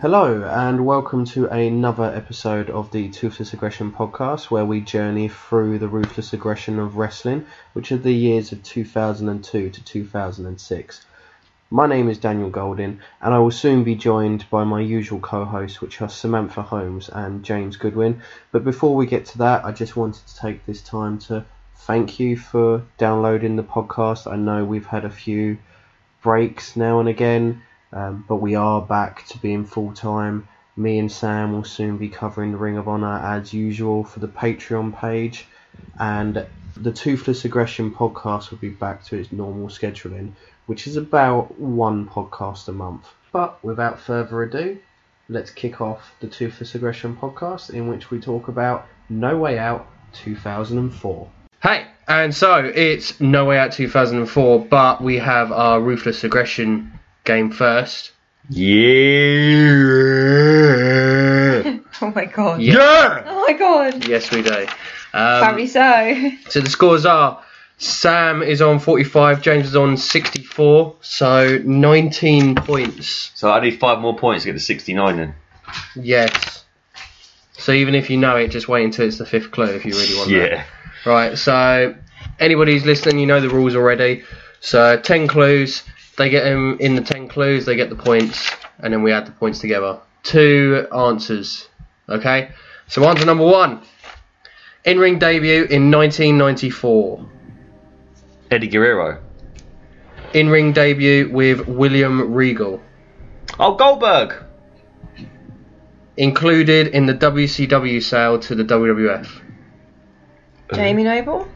Hello, and welcome to another episode of the Toothless Aggression podcast, where we journey through the ruthless aggression of wrestling, which are the years of 2002 to 2006. My name is Daniel Golding, and I will soon be joined by my usual co hosts, which are Samantha Holmes and James Goodwin. But before we get to that, I just wanted to take this time to thank you for downloading the podcast. I know we've had a few breaks now and again, um, but we are back to being full time. Me and Sam will soon be covering the Ring of Honor as usual for the Patreon page, and the Toothless Aggression podcast will be back to its normal scheduling, which is about one podcast a month. But without further ado, let's kick off the Toothless Aggression podcast, in which we talk about No Way Out 2004. Hey, and so it's No Way Out 2004, but we have our Ruthless Aggression game first. Yeah. Oh my god. Yeah. Yeah. Um, Oh my god. Yes, we do. Apparently Um, so. uh, so the scores are Sam is on 45, James is on 64, so 19 points. So I need five more points to get to 69 then. Yes. So even if you know it, just wait until it's the fifth clue if you really want that. Yeah. Right, so anybody who's listening, you know the rules already. So 10 clues, they get them in the 10 clues, they get the points, and then we add the points together. Two answers, okay? So answer number one in ring debut in 1994. Eddie Guerrero. In ring debut with William Regal. Oh, Goldberg. Included in the WCW sale to the WWF. Jamie Noble?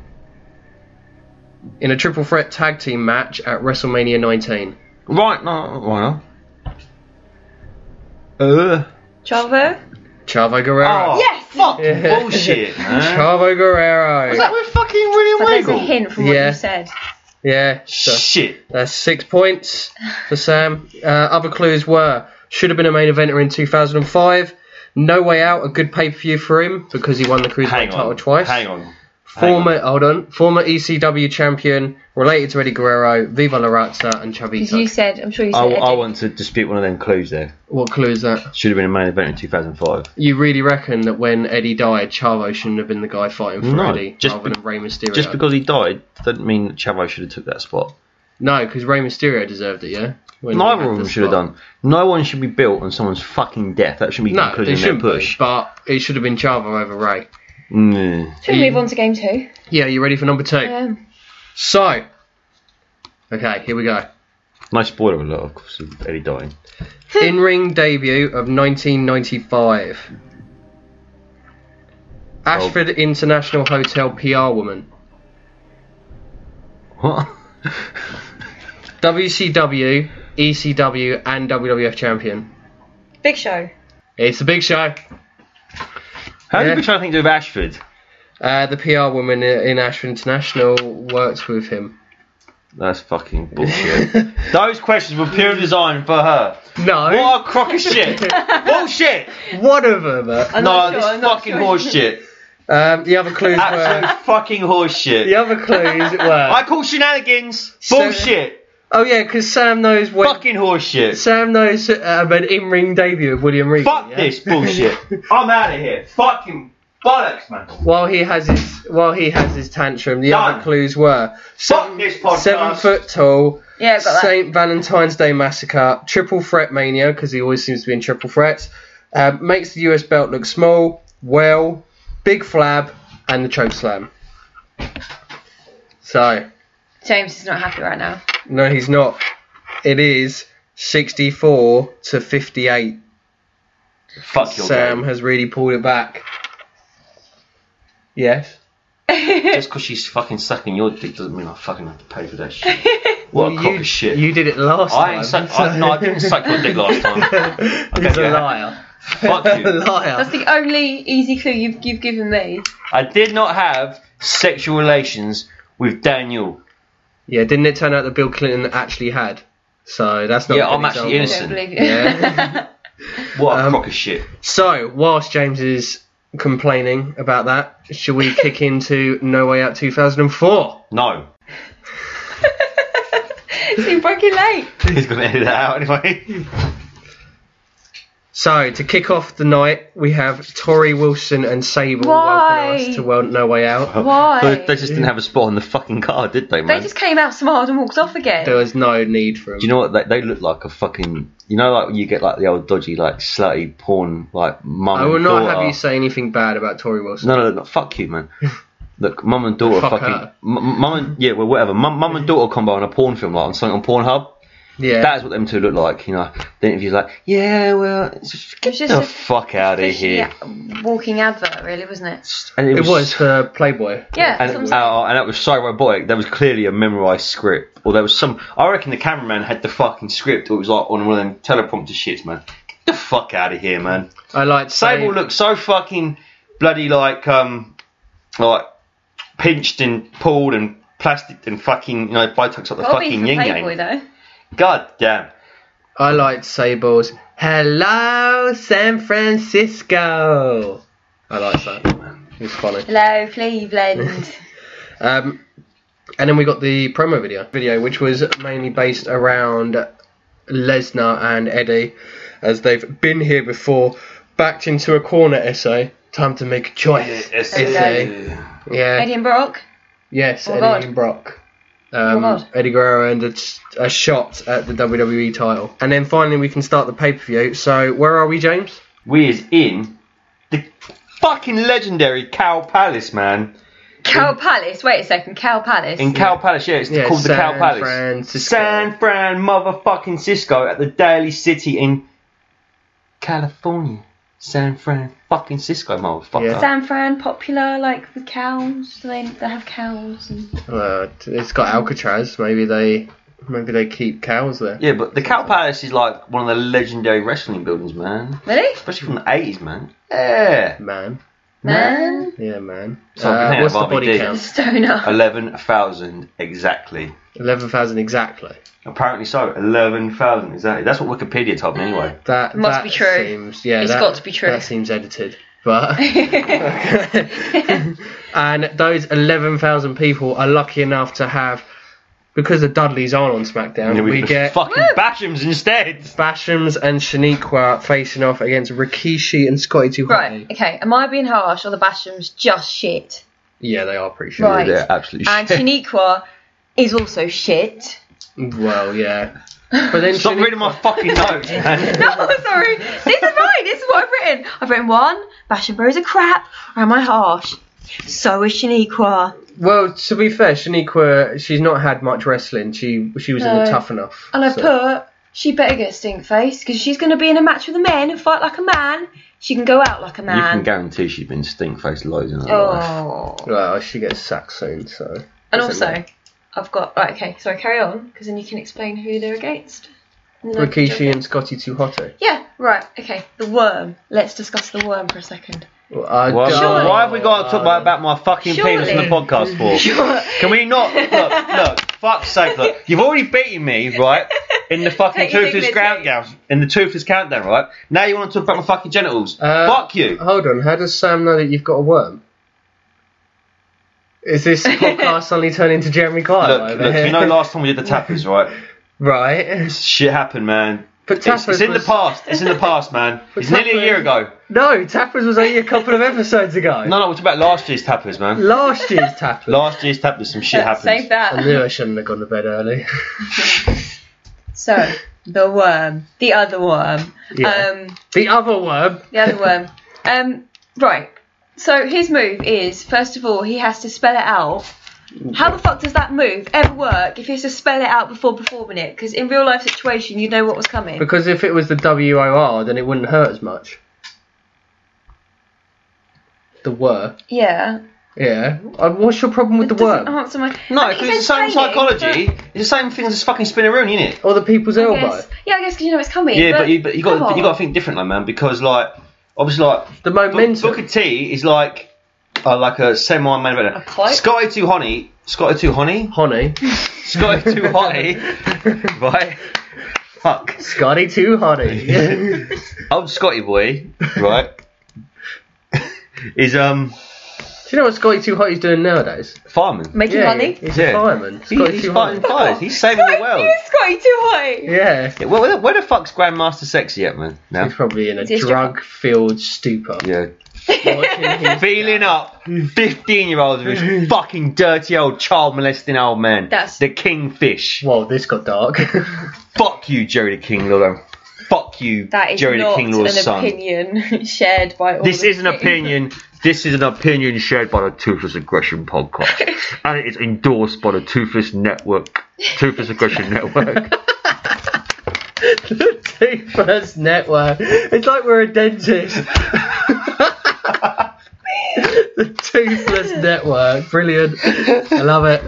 In a triple threat tag team match at WrestleMania 19. Right. No. Right. No. Uh. Chavo? Chavo Guerrero. Oh, Yes! Fuck Yeah. bullshit, man. Chavo Guerrero. Was that with fucking William But there's a Regal? hint from what Yeah. you said. Yeah, so Shit. that's Uh, six points for Sam. Uh, other clues were should have been a main eventer in 2005. No way out, a good pay per view for him because he won the cruiserweight Hang title on. twice. Hang on. Former, hold on, former ECW champion, related to Eddie Guerrero, Viva La Razza, and Because Chavito. you said, I'm sure you I, said I Eddie. want to dispute one of them clues there. What clue is that? Should have been a main event in 2005. You really reckon that when Eddie died, Chavo shouldn't have been the guy fighting for No, Eddie just rather be- than Rey Mysterio? Just because he died doesn't mean that Chavo should have took that spot. no, because Rey Mysterio deserved it, yeah. When he Neither had of the them should have spot. done. No one should be built on someone's fucking death. That should be No, included they in their shouldn't push. push. but it should have been Chavo over Rey. Mm. Should we move on to game two? Yeah, you ready for number two? Um, So, okay, here we go. No spoiler alert, of course, of Eddie dying. In ring debut of 1995. Oh. Ashford International Hotel PR woman. What? WCW, ECW, E and WWF champion. big show. It's the big show. How Yeah. did we try to think of Ashford? Uh, the PR woman i- in Ashford International worked with him. That's fucking bullshit. Those questions were pure design for her. No, What a crock of shit. bullshit. one of them. uh, I'm no, not sure, this I'm not fucking sure. horse shit. Um, the other clues were. Absolute fucking horse shit. The other clues were. I call shenanigans. So- Bullshit. Oh yeah, because Sam knows when. fucking horse shit. Sam knows um, an in-ring debut of William Regal. Fuck yeah? this bullshit. I'm out of here. Fucking bollocks, man. While he has his while he has his tantrum, the Done. other clues were Fuck this podcast. seven foot tall, Yeah, got that. Saint Valentine's Day massacre, triple threat mania because he always seems to be in triple threats, uh, makes the US belt look small, well, big flab, and the choke slam. So James is not happy right now. no, he's not. It is sixty-four to fifty-eight. Fuck your Sam game. has really pulled it back. Yes. Just because she's fucking sucking your dick doesn't mean I fucking have to pay for that shit. What a Well, crock you, of shit. You did it last I time. ain't suck. I, so- no, I didn't suck your dick last time. He's Okay. a liar. Fuck a you. That's liar. the only easy clue you've, you've given me. I did not have sexual relations with Daniel. Yeah, didn't it turn out that Bill Clinton actually had? So that's not. Yeah, a good I'm actually example. I innocent. don't believe you. Yeah. What a Um, crock of shit. So whilst James is complaining about that, should we kick into No Way Out 2004? No. so you broke your leg. He's going to edit that out anyway. So to kick off the night, we have Tori Wilson and Sable Why? welcome us to World No Way Out. Why? They, they just didn't have a spot on the fucking card, did they, They man? just came out, smiled, and walked off again. There was no need for them. Do you know what? They, they look like a fucking. You know, like you get like the old dodgy, like slutty porn, like mum. I will and not daughter. have you say anything bad about Tori Wilson. No, no, no, fuck you, man. Look, mum and daughter Fuck fucking. her. m- m- Mum and yeah, well, whatever. Mum, mum and daughter combo on a porn film, like on something on Pornhub. yeah, That's what them two look like, you know. The interview's like, yeah, well, it's just, get It's just the a fuck out of Fishy, here. yeah, walking advert, really, wasn't it? And it was uh, Playboy. Yeah, And, that's what I'm and, saying. and that was so robotic. That was clearly a memorized script, or there was some. I reckon the cameraman had the fucking script, or it was like on one of them teleprompter shits, man. Get the fuck out of here, man. I liked Sable Sable. looked so fucking bloody like um like pinched and pulled and plastic and fucking you know Botox up the Bobby fucking from yin yang. Playboy, though. God damn. I liked Sable's. Hello, San Francisco. I liked that. It was funny. Hello, Cleveland. Um, and then we got the promo video, video which was mainly based around Lesnar and Eddie, as they've been here before, backed into a corner essay. Time to make a choice. Uh, Yeah. Eddie and Brock. Yes, Oh my Eddie God. Oh and Brock. Um, God. Eddie Guerrero and a, a shot at the WWE title. And then finally, we can start the pay per view. So, where are we, James? We is in the fucking legendary Cow Palace, man. Cow Palace. Wait a second. Cow Palace. In Cow Palace, yeah, it's Yeah, called the San Cow Palace. Francisco. San Fran motherfucking Cisco at the Daily City in California. San Fran fucking Cisco motherfucker. Yeah. San Fran popular, like with cows. Do they, they have cows? And... Uh, it's got Alcatraz. Maybe they, maybe they keep cows there. Yeah, but the Cow Palace is like one of the legendary wrestling buildings, man. Really? Especially from the eighties, man. Yeah. Man. Man. Yeah, man. So, Uh, yeah, what's the Barbie body did. count? Stoner. Eleven thousand exactly. Eleven thousand exactly. Apparently so. Eleven thousand exactly. That's what Wikipedia told me anyway. That Must that be true. Seems, yeah, It's that- got to be true. That seems edited, but. and those 11,000 people are lucky enough to have, because the Dudleys aren't on SmackDown, And then we just get fucking Bashams instead. Bashams and Shaniqua facing off against Rikishi and Scotty Too right. Okay. Am I being harsh or the Bashams just shit? Yeah, they are pretty sure. Right. They're absolutely And shit. Shaniqua is also shit. Well, yeah. But then Stop Shani- reading my fucking notes, man. No, sorry. This is mine. This is what I've written. I've written one. Basham Bros are crap. Or am I harsh? So is Shaniqua. Well, to be fair, Shaniqua, she's not had much wrestling. She she was in No. the tough enough. And I so- put, she better get stink face because she's going to be in a match with the men and fight like a man. She can go out like a man. You can guarantee she's been stink faced loads in her life. Oh. Well, she gets sacked soon, so. And Doesn't also, matter. I've got. Right, okay, sorry, carry on because then you can explain who they're against. And then I can jump Rikishi in. and Scotty Too Hotto. Yeah, right, okay. The worm. Let's discuss the worm for a second. Well, I Well, don't- why have we got to talk about, about my fucking penis in the Surely. podcast for? Can we not look? Look, fuck's sake! Look, you've already beaten me, right? In the fucking Take your toothless dignity. countdown, in the toothless countdown, right? Now you want to talk about my fucking genitals? Uh, Fuck you! Hold on, how does Sam know that you've got a worm? Is this podcast suddenly turning into Jeremy Kyle? Look, over look, here? you know, last time we did the tappers, right? right? Shit happened, man. But It's, Tappers it's in the was, past. It's in the past, man. It's nearly a year ago. No, Tappers was only a couple of episodes ago. No, no, we're talking about last year's tappers, man. Last year's Tappers. Last year's tappers, some shit happened. Save I that. knew I shouldn't have gone to bed early. So, the worm. The other worm. Yeah. Um, the other worm. the other worm. Um, right. So, his move is first of all, he has to spell it out. How the fuck does that move ever work if he has to spell it out before performing it? Because in real life situation, you know what was coming. Because if it was the WOR, then it wouldn't hurt as much. The were. yeah. Yeah. Uh, What's your problem with the Doesn't worm? answer my- No, I think because it's the he's same entertaining, psychology. It's the same thing as fucking spinning around, isn't it? Or the people's but- elbow? I guess- Yeah, I guess 'cause you know it's coming. Yeah, but you but you come got on. you got to think different, like, man, because like obviously like The Bu- momentum. Booker T is like uh, like a semi main eventer. A pipe? Scotty Too Honey, Scotty Too Honey, Honey. Scotty Too Honey, right? Fuck, Scotty too, honey. old Scotty boy, right? is um Do you know what Scotty Too Hot is doing nowadays? Fireman. making yeah, money. He's Yeah. a fireman. He- Scotty he's Too fighting Hot. fires. He's saving the world. It's quite too high. Yeah. Yeah, well, where, the- where the fuck's Grandmaster Sexy at, man? Now, He's probably in a He's a drug filled stupor. yeah. Watching his- Feeling up, fifteen-year-olds with his fucking dirty old child molesting old man. That's- the kingfish. Whoa, this got dark. Fuck you, Jerry the King Lord. and Fuck you, That is Jerry the not King Lord's an son. opinion shared by all. This the is an kings. opinion. This is an opinion shared by the Toothless Aggression podcast, and it is endorsed by the Toothless Network, Toothless Aggression Network. the two first network. It's like we're a dentist. the toothless network. Brilliant. I love it.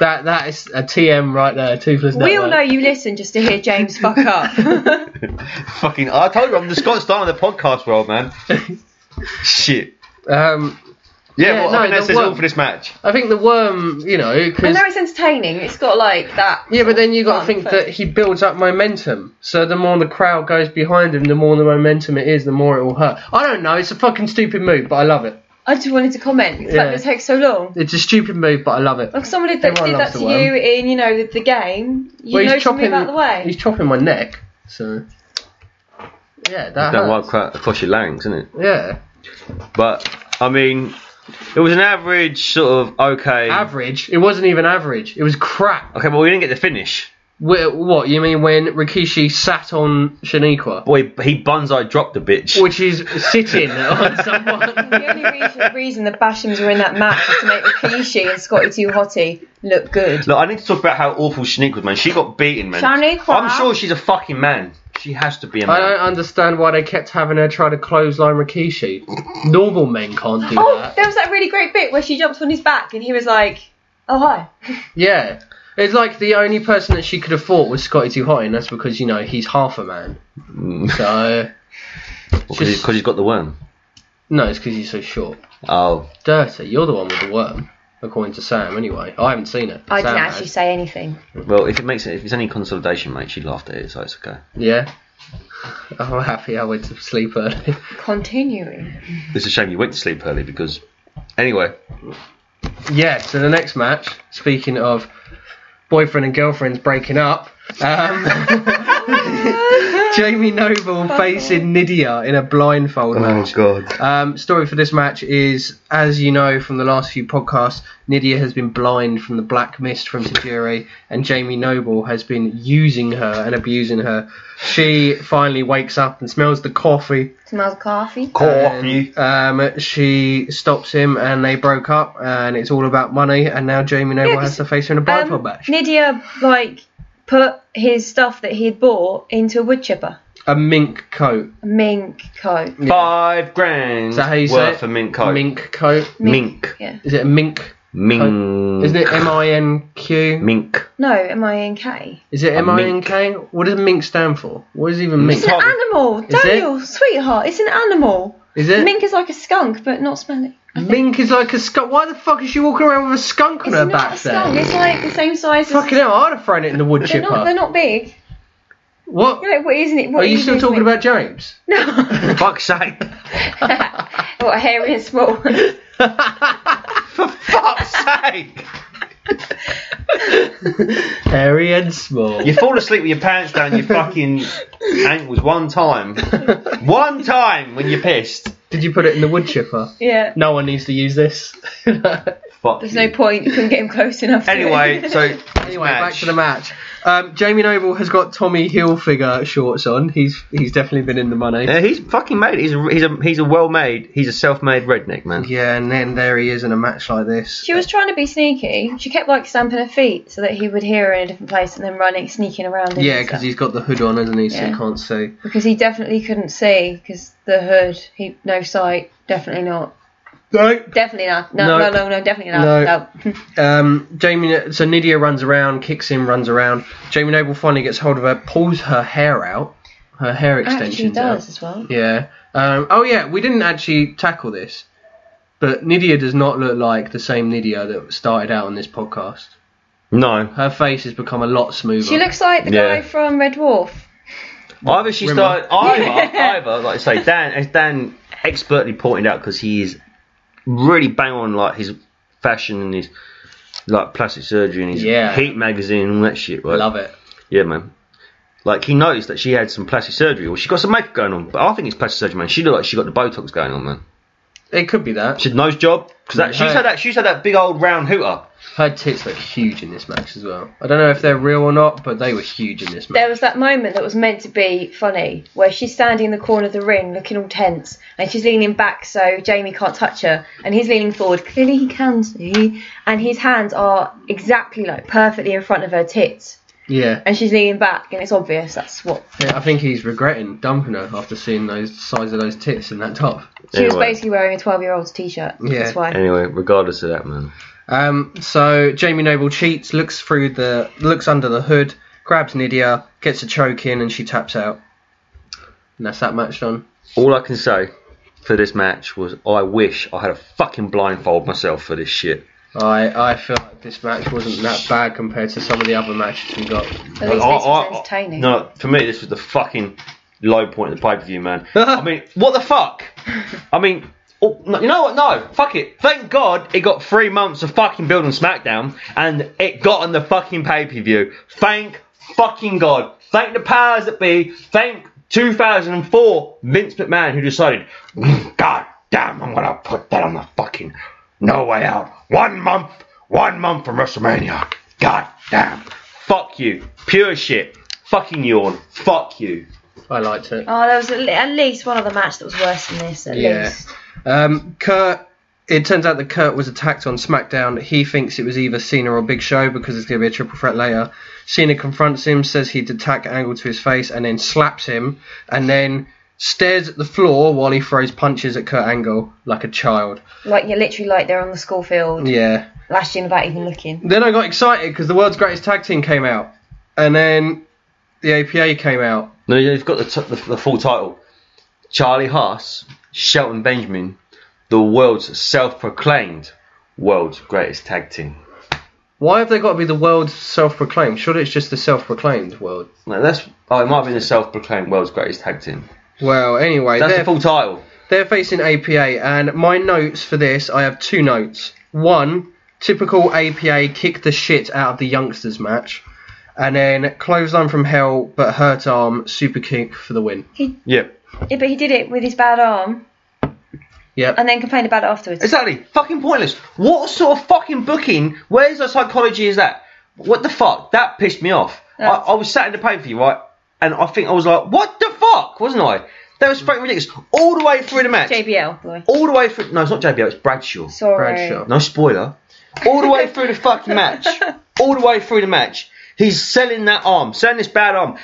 That that is a TM right there, toothless We all network. know you listen just to hear James fuck up. Fucking, I told you, I'm the Scott Stein of the podcast world, man. Shit. Um Yeah, Yeah, well, no, I think the that says all worm- for this match. I think the worm, you know, I because know it's entertaining. It's got like that. yeah, but then you got to Fun think first. that he builds up momentum. So the more the crowd goes behind him, the more the momentum it is, the more it will hurt. I don't know. It's a fucking stupid move, but I love it. I just wanted to comment. It's Yeah. like it takes so long. It's a stupid move, but I love it. Like someone did that, Everyone did loves that the to worm. you in, you know, the, the game. You know to move out of the He's way. chopping my neck, so yeah, that Don't hurts. wipe crap across your larynx, isn't it? Yeah, But I mean, it was an average sort of okay. average. It wasn't even average. It was crap. okay, but we didn't get the finish. Wh- What you mean when Rikishi sat on Shaniqua, Boy, he bonsai dropped a bitch. which is sitting on someone? The only reason, reason the Bashams were in that match is to make Rikishi and Scotty Too Hottie look good. Look, I need to talk about how awful Shanique was, man. She got beaten, man. Shaniqua. I'm sure she's a fucking man. She has to be a I man. don't understand why they kept having her try to clothesline Rikishi. Normal men can't do Oh, that. there was that really great bit where she jumps on his back and he was like, "Oh hi." Yeah. It's like the only person that she could have fought was Scotty Too Hot, and that's because, you know, he's half a man. So, Because just- he's got the worm. no, it's because he's so short. Oh. Dirty, you're the one with the worm, according to Sam. Anyway, I haven't seen it. I Sam didn't has. actually say anything. Well, if it makes it, if it's any consolidation, mate, she laughed at it, so it's okay. Yeah. I'm happy I went to sleep early. Continuing. It's a shame you went to sleep early because. Anyway, yeah. So the next match. Speaking of boyfriend and girlfriends breaking up. Um, Jamie Noble facing Nidia in a blindfold match. god, Um, story for this match is, as you know from the last few podcasts, Nidia has been blind from the black mist from Tajiri, and Jamie Noble has been using her and abusing her. She finally wakes up and smells the coffee. Smells coffee. coffee. Um, she stops him, and they broke up, and it's all about money. And now Jamie Noble Yeah, 'cause, has to face her in a blindfold Um, match. Nidia like put his stuff that he'd bought into a wood chipper. A mink coat. A mink coat. Five grand Is that how you say worth it? of mink coat. Mink coat. Mink. Yeah. Is it a mink? Mink. Isn't it M I N Q? Mink. No, M I N K. Is it A M I N mink. K? What does mink stand for? What does even mink? It's an Pardon? animal, Daniel, sweetheart. It's an animal. Is it Mink is like a skunk, but not smelly. mink is like a skunk? Why the fuck is she walking around with a skunk on It's her not back a skunk. there? It's like the same size. Fucking as... hell! I'd have thrown it in the wood They're chipper. not. They're not big. What? You're like, what isn't it? What Are you is still this talking about mink? James? No. Fuck's sake. what hairy and small. For fuck's sake. Hairy and small. You fall asleep with your pants down your fucking ankles one time. One time when you're pissed. Did you put it in the wood chipper? yeah. No one needs to use this. anyway, Fuck There's you. no point. You couldn't get him close enough. to it. Anyway, so anyway, back to the match. Um, Jamie Noble has got Tommy Hilfiger shorts on. He's he's definitely been in the money. Yeah, he's fucking made. it. He's a he's a he's a well made. He's a self made redneck man. Yeah, and then there he is in a match like this. She was trying to be sneaky. She kept like stamping her feet so that he would hear her in a different place and then running, sneaking around. him Yeah, and because stuff. he's got the hood on, hasn't he? So Yeah. you can't see. because he definitely couldn't see because the hood, he no sight, definitely not, No. definitely not, no, No. no, no, no, definitely not. No. No. Um, Jamie. So Nidia runs around, kicks him, runs around. Jamie Noble finally gets hold of her, pulls her hair out, her hair actually extensions does out. as well. Yeah. Um, oh yeah, we didn't actually tackle this, but Nidia does not look like the same Nidia that started out on this podcast. No, Her face has become a lot smoother. She looks like the Yeah. guy from Red Dwarf. either she Rimmer. started either either like I say Dan as Dan expertly pointed out because he is really bang on like his fashion and his like plastic surgery and his Yeah. heat magazine and all that shit. Right? Love it. Yeah, man. Like he noticed that she had some plastic surgery, or she got some makeup going on. But I think it's plastic surgery, man. She looked like she got the Botox going on, man. It could be that. She had nose job because she's Hey. had that. She's had that big old round hooter. Her tits look huge in this match as well. I don't know if they're real or not, but they were huge in this match. There was that moment that was meant to be funny where she's standing in the corner of the ring looking all tense and she's leaning back so Jamie can't touch her and he's leaning forward. Clearly he can see and his hands are exactly like perfectly in front of her tits Yeah. and she's leaning back and it's obvious that's what yeah. I think he's regretting dumping her after seeing those size of those tits in that top. she was Anyway. basically wearing a 12 year old's t shirt. Yeah. That's why. Anyway, regardless of that, man. Um, so Jamie Noble cheats, looks through the, looks under the hood, grabs Nydia, gets a choke in, and she taps out. And that's that match done. All I can say for this match was I wish I had a fucking blindfold myself for this shit. I I feel like this match wasn't that bad compared to some of the other matches we got. At least I- Oh, this I- was I- entertaining. No, for me this was the fucking low point of the pay per view, man. I mean, what the fuck? I mean, oh, no, you know what? No, fuck it. Thank God it got three months of fucking building SmackDown, and it got on the fucking pay per view. Thank fucking God. Thank the powers that be. Thank 2004 Vince McMahon who decided, God damn, I'm gonna put that on the fucking no way out. One month, one month from WrestleMania. God damn. Fuck you. Pure shit. Fucking yawn. Fuck you. I liked it. Oh, there was at le- at least one other match that was worse than this, at Yeah. least. Um, Kurt. It turns out that Kurt was attacked on SmackDown. He thinks it was either Cena or Big Show because there's going to be a triple threat later. Cena confronts him, says he'd attack Angle to his face, and then slaps him, and then stares at the floor while he throws punches at Kurt Angle like a child. Like, you're literally like they're on the school field, Yeah. lashing about even looking. Then I got excited because the world's greatest tag team came out, and then the APA came out. No, they've got the, t- the, the full title. Charlie Haas, Shelton Benjamin, the world's self-proclaimed world's greatest tag team. Why have they got to be the world's self-proclaimed? Surely it's just the self-proclaimed world. Now, that's oh, it might have been the self-proclaimed world's greatest tag team. Well, anyway, That's the they're, full title. they're facing APA, and my notes for this, I have two notes. One, typical APA kick the shit out of the youngsters match, and then clothesline from hell, but hurt arm super kick for the win. Yeah. Yeah, but he did it with his bad arm Yep. and then complained about it afterwards. Exactly. Fucking pointless. What sort of fucking booking? Where's the psychology? Is that? What the fuck? That pissed me off. I, That's- I was sat in the pay for you, right? And I think I was like, what the fuck? Wasn't I? That was fucking ridiculous. All the way through the match. JBL, boy. Oh, All the way through. No, it's not JBL. It's Bradshaw. Sorry. Bradshaw. No spoiler. All the way through the fucking match. All the way through the match. He's selling that arm, selling this bad arm.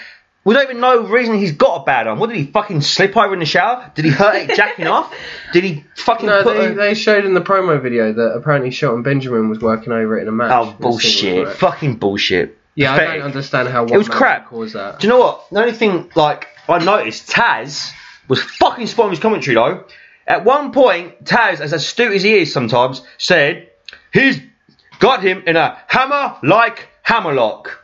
We don't even know the reason he's got a bad arm. What did he fucking slip over in the shower? Did he hurt it jacking off? Did he fucking No, put they, a- they showed in the promo video that apparently Shelton Benjamin was working over it in a match. Oh, in a singles bullshit. match. Fucking bullshit. Yeah, I Pathetic. don't understand how one was man crap. could cause that. Do you know what? The only thing, like, I noticed Taz was fucking spoiling his commentary, though. At one point, Taz, as astute as he is sometimes, said, he's got him in a hammer like hammerlock.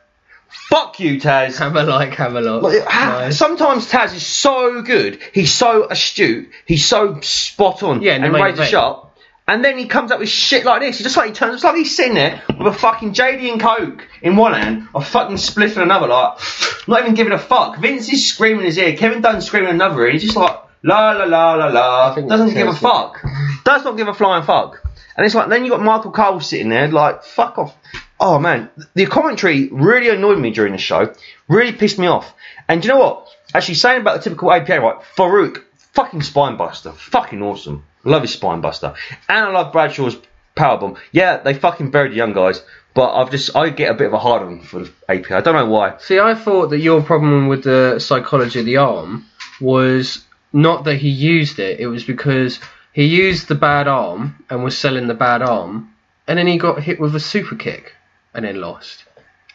Fuck you, Taz. Have a like, have a lot. Like, ha- Nice. Sometimes Taz is so good, he's so astute, he's so spot on Yeah, in the and main razor event. sharp. And then he comes up with shit like this. He just like he turns, it's like he's sitting there with a fucking JD and Coke in one hand, a fucking split in another, like not even giving a fuck. Vince is screaming in his ear, Kevin Dunn's screaming in another ear. He's just like la la la la la, think doesn't that's give a Chelsea. fuck, does not give a flying fuck. And it's like then you got Michael Cole sitting there like fuck off. Oh man, the commentary really annoyed me during the show, really pissed me off. And do you know what? Actually, saying about the typical APA, right? Farouk, fucking spinebuster, fucking awesome. Love his spinebuster, and I love Bradshaw's powerbomb. Yeah, they fucking buried the young guys, but I've just I get a bit of a hard on for the APA. I don't know why. See, I thought that your problem with the psychology of the arm was not that he used it, it was because he used the bad arm and was selling the bad arm, and then he got hit with a super kick and then lost.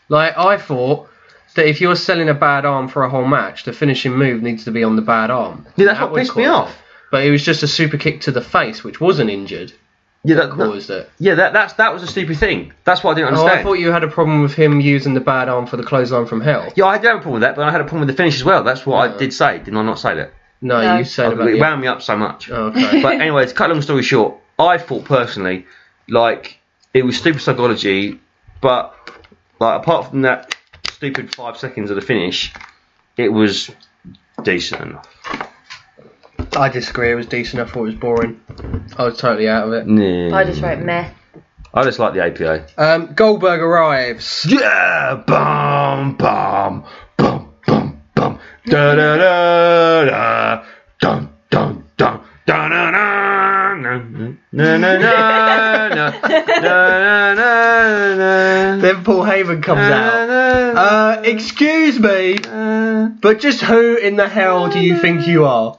Like, I thought that if you're selling a bad arm for a whole match, the finishing move needs to be on the bad arm. Yeah, that's That what would pissed me cause it. off. But it was just a super kick to the face, which wasn't injured, Yeah, that, caused it. yeah, that that's that was a stupid thing. That's what I Oh, didn't understand. I thought you had a problem with him using the bad arm for the clothesline from hell. yeah, I did have a problem with that, but I had a problem with the finish as well. That's what I Yeah. did say. Did I not say that? No, No. you said about it the. wound me up so much. Oh, okay. But anyway, to cut a long story short, I thought personally, like it was stupid psychology, but like apart from that stupid five seconds of the finish, it was decent enough. I disagree. It was decent. I thought it was boring. I was totally out of it. Nah. I just wrote meh. I just like the APA. Um, Goldberg arrives. Yeah, bum bum bum bum bum da da da da dum dum dum da na na na na na na na na na na na Then Paul Heyman comes out. na Uh, excuse me, na. but just who in the hell do you think you are?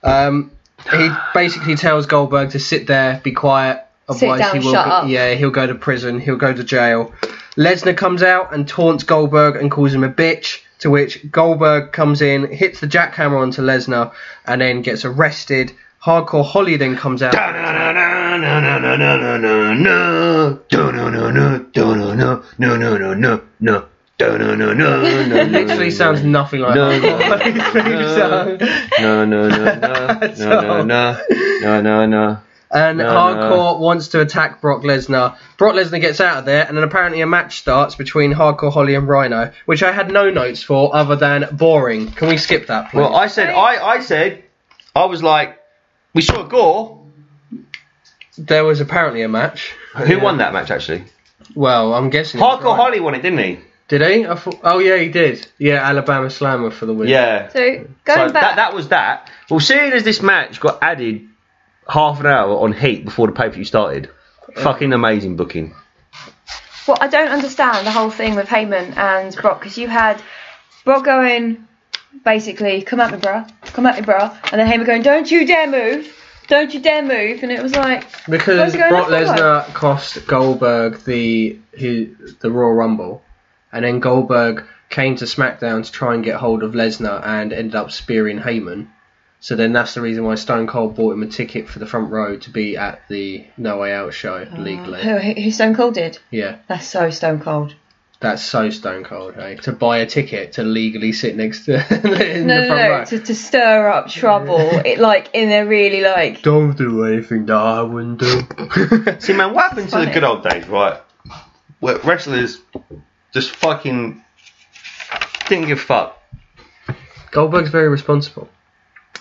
Um, he basically tells Goldberg to sit there, be quiet. Otherwise, down, he will. shut go, up. Yeah, he'll go to prison. He'll go to jail. Lesnar comes out and taunts Goldberg and calls him a bitch. To which Goldberg comes in, hits the jackhammer onto Lesnar, and then gets arrested. Hardcore Holly then comes out. Literally Literally sounds nothing like No, Hardcore no, Holly's theme song. no. no no no no no no no no no no. And No, Hardcore wants to attack Brock Lesnar. Brock Lesnar gets out of there, and then apparently a match starts between Hardcore Holly and Rhino, which I had no notes for other than boring. Can we skip that, please? Well, I said I I said I was like we saw a gore. there was apparently a match. Who won that match actually? Well, I'm guessing. it was Hardcore Rhino. Holly won it, didn't he? Did he? I thought, oh, yeah, he did. Yeah, Alabama Slammer for the win. Yeah. So going So back, that that was that. Well, seeing as this match got added half an hour on heat before the pay per view started, fucking amazing booking. Well, I don't understand the whole thing with Heyman and Brock because you had Brock going basically, come at me, bruh, come at me, bruh, and then Heyman going, don't you dare move, don't you dare move, and it was like, Because Where's he going Brock to fight? Lesnar cost Goldberg the who, the Royal Rumble, and then Goldberg came to SmackDown to try and get hold of Lesnar and ended up spearing Heyman. So then that's the reason why Stone Cold bought him a ticket for the front row to be at the No Way Out show legally. Uh, who, who Stone Cold did? Yeah, That's so Stone Cold. that's so Stone Cold, hey? To buy a ticket to legally sit next to in the No, no, front no, row. to, to stir up trouble, it like in a really like, Don't do anything that I wouldn't do. See, man, what happened to the funny. good old days, right? Where wrestlers just fucking didn't give a fuck. Goldberg's very responsible.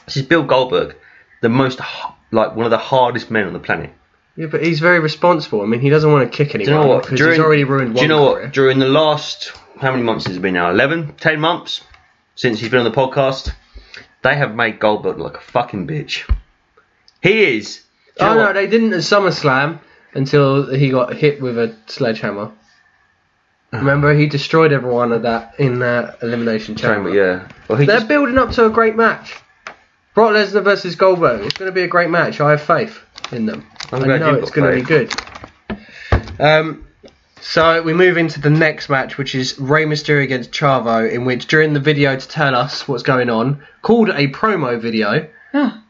This is Bill Goldberg, the most h- like one of the hardest men on the planet. Yeah, but he's very responsible. I mean, he doesn't want to kick Do you anyone know what? because he's already ruined do one you know career. what? During the last how many months has it been now? 11, 10 months since he's been on the podcast. They have made Goldberg look a fucking bitch. He is. do you oh know no, what? they didn't at SummerSlam until he got hit with a sledgehammer. Ah. Remember, he destroyed everyone at that in that elimination Shame, chamber. but yeah. Well, he They're just- building up to a great match. Brock Lesnar versus Goldberg. It's going to be a great match. I have faith in them. I'm I glad know you've it's got going to be good. Um, so we move into the next match, which is Rey Mysterio against Chavo, in which during the video to tell us what's going on, called a promo video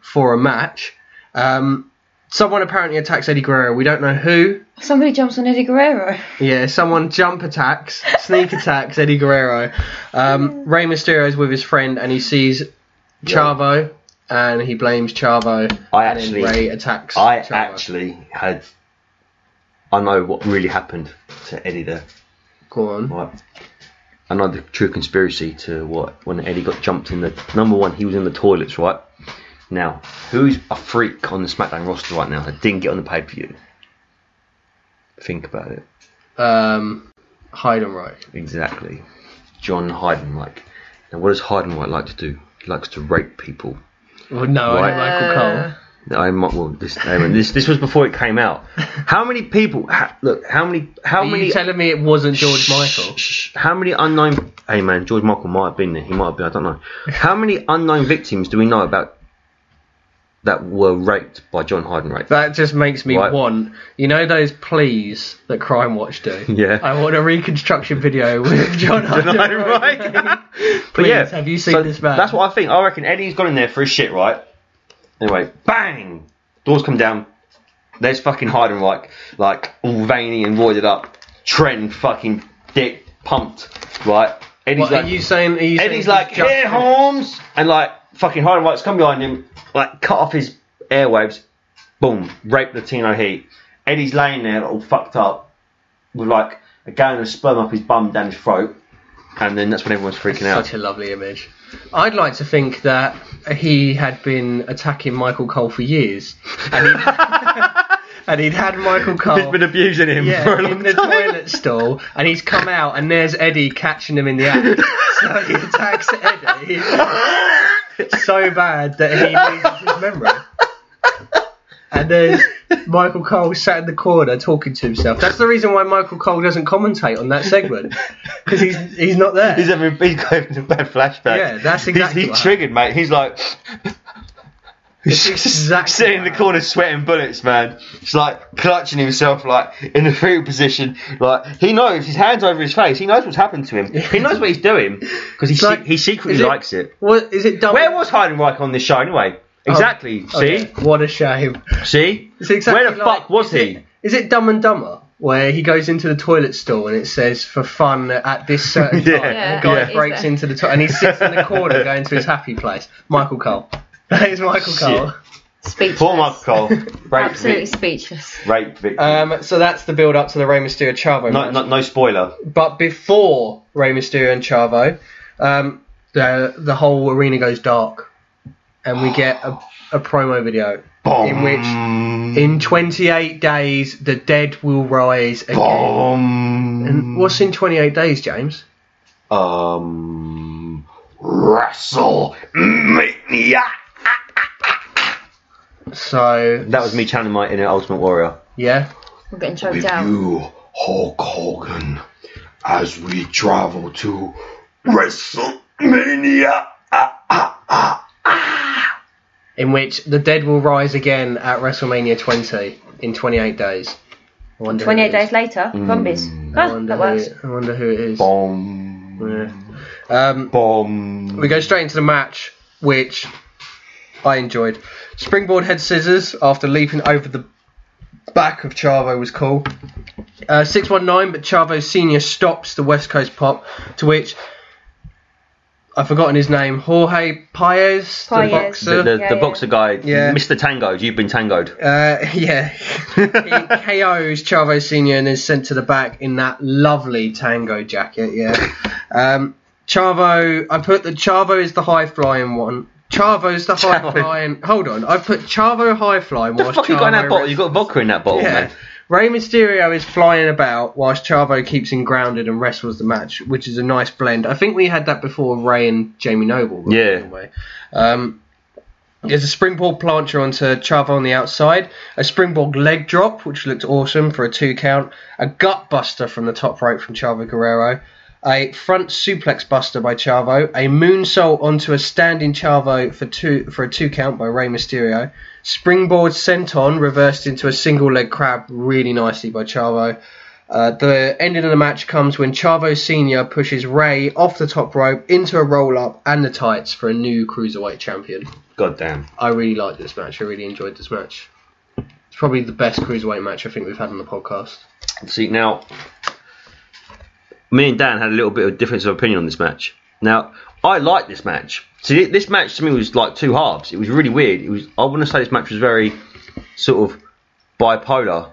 for a match. Um, someone apparently attacks Eddie Guerrero. We don't know who. somebody jumps on Eddie Guerrero. Yeah, someone jump attacks, sneak attacks Eddie Guerrero. Um, Rey Mysterio is with his friend and he sees Chavo and he blames Chavo. I and actually- then Rey attacks. I Chavo. actually had. I know what really happened to Eddie there. go on. Right. I know the true conspiracy to what when Eddie got jumped in the number one, he was in the toilets, right? Now, who's a freak on the SmackDown roster right now that didn't get on the pay per view? Think about it. Um, Heidenreich. Exactly. John Heidenreich. Now, what does Heidenreich like to do? He likes to rape people. Well, Oh, no, I don't like Uh, Michael Cole. No, I might, well, this, Aaron, this this was before it came out. How many people? Ha, look, how many? How Are many? you telling me it wasn't George Michael? Shh, How many unknown? Hey man, George Michael might have been there. He might have been. I don't know. How many unknown victims do we know about that were raped by John Heidenreich? That just makes me Right. want. You know those pleas that Crime Watch do? Yeah. I want a reconstruction video with John Heidenreich. Heidenreich. but Please, yeah, have you seen this man? That's what I think. I reckon Eddie's gone in there for his shit, right? Anyway, bang! Doors come down. There's fucking Heidenreich, like all veiny and roided up. Trent fucking dick pumped, right? Eddie's What, like, are you saying? Are you saying Eddie's he's like, just- here, Holmes! And like, fucking Heidenreich's come behind him, like, cut off his airwaves, boom, rape Latino Heat. Eddie's laying there all fucked up with like a gallon of sperm up his bum down his throat, and then that's when everyone's freaking out. Such a lovely image. I'd like to think that he had been attacking Michael Cole for years, and he'd, and he'd had Michael Cole. He's been abusing him yeah, for a long in the time. toilet stall, and he's come out, and there's Eddie catching him in the act. so he attacks Eddie so bad that he loses his memory. And then Michael Cole sat in the corner talking to himself. That's the reason why Michael Cole doesn't commentate on that segment because he's he's not there. He's having he's going to bad flashbacks. Yeah, that's He's- exactly He's, what triggered, mate. He's like, he's exactly sitting in the what corner sweating bullets, man. He's like clutching himself, like in the fetal position. Like he knows his hands over his face. He knows what's happened to him. He knows what he's doing because he se- like- he secretly is it- likes it. What is it? Double- Where was Heidenreich on this show anyway? Exactly. Oh, See, Okay, What a shame. see. It's exactly Where the like- fuck was is he? It, is it Dumb and Dumber where he goes into the toilet stall and it says for fun at this certain Yeah. time? And the Yeah, guy it is breaks there. into the toilet and he sits in the corner going to his happy place. Michael Cole. That is Michael Cole. Speechless. Poor Michael Cole. Rape Absolutely victim. speechless. Rape victim. Um, so that's the build up to the Rey Mysterio Chavo. no, match. no, no spoiler. But before Rey Mysterio and Chavo, um, the the whole arena goes dark, and we get a, a promo video in which Boom. in 28 days the dead will rise again. Boom. And what's in 28 days, James? Um, WrestleMania. So That was me channeling my inner Ultimate Warrior. yeah, I'm getting choked out. you, Hulk Hogan, as we travel to WrestleMania. in which the dead will rise again at WrestleMania 20 in 28 days. I wonder who 28 it is. days later, zombies. I Huh, wonder, that who works. it, I wonder who it is. Bomb. Yeah. Um, Bomb. we go straight into the match, which I enjoyed. Springboard head scissors after leaping over the back of Chavo was cool. Uh, 619, but Chavo Sr. stops the West Coast pop, to which I've forgotten his name. Jorge Paez, the The, Paez. boxer. the, Yeah, the yeah. boxer guy, Yeah. Mr. Tangoed, you've been tangoed. Uh, yeah. he KOs Chavo Sr. and is sent to the back in that lovely tango jacket, yeah. Um, Chavo, I put that Chavo is the high flying one. Chavo's the high Chavo. flying. Hold on, I put Chavo high flying. What the whilst fuck you got in that Chavo bottle? You got vodka in that bottle, yeah. man. Rey Mysterio is flying about whilst Chavo keeps him grounded and wrestles the match, which is a nice blend. I think we had that before Ray and Jamie Noble. right, Yeah. in a way. Um, there's a springboard plancher onto Chavo on the outside, a springboard leg drop, which looked awesome for a two count, a gut buster from the top rope from Chavo Guerrero, a front suplex buster by Chavo, a moonsault onto a standing Chavo for two for a two count by Rey Mysterio, springboard senton reversed into a single leg crab, really nicely by Chavo. Uh, the ending of the match comes when Chavo Senior pushes Ray off the top rope into a roll up and the tights for a new cruiserweight champion. God damn. I really liked this match. I really enjoyed this match. It's probably the best cruiserweight match I think we've had on the podcast. See now, me and Dan had a little bit of difference of opinion on this match. Now, I like this match. See, this match to me was like two halves. It was really weird. It was. I wouldn't say this match was very sort of bipolar,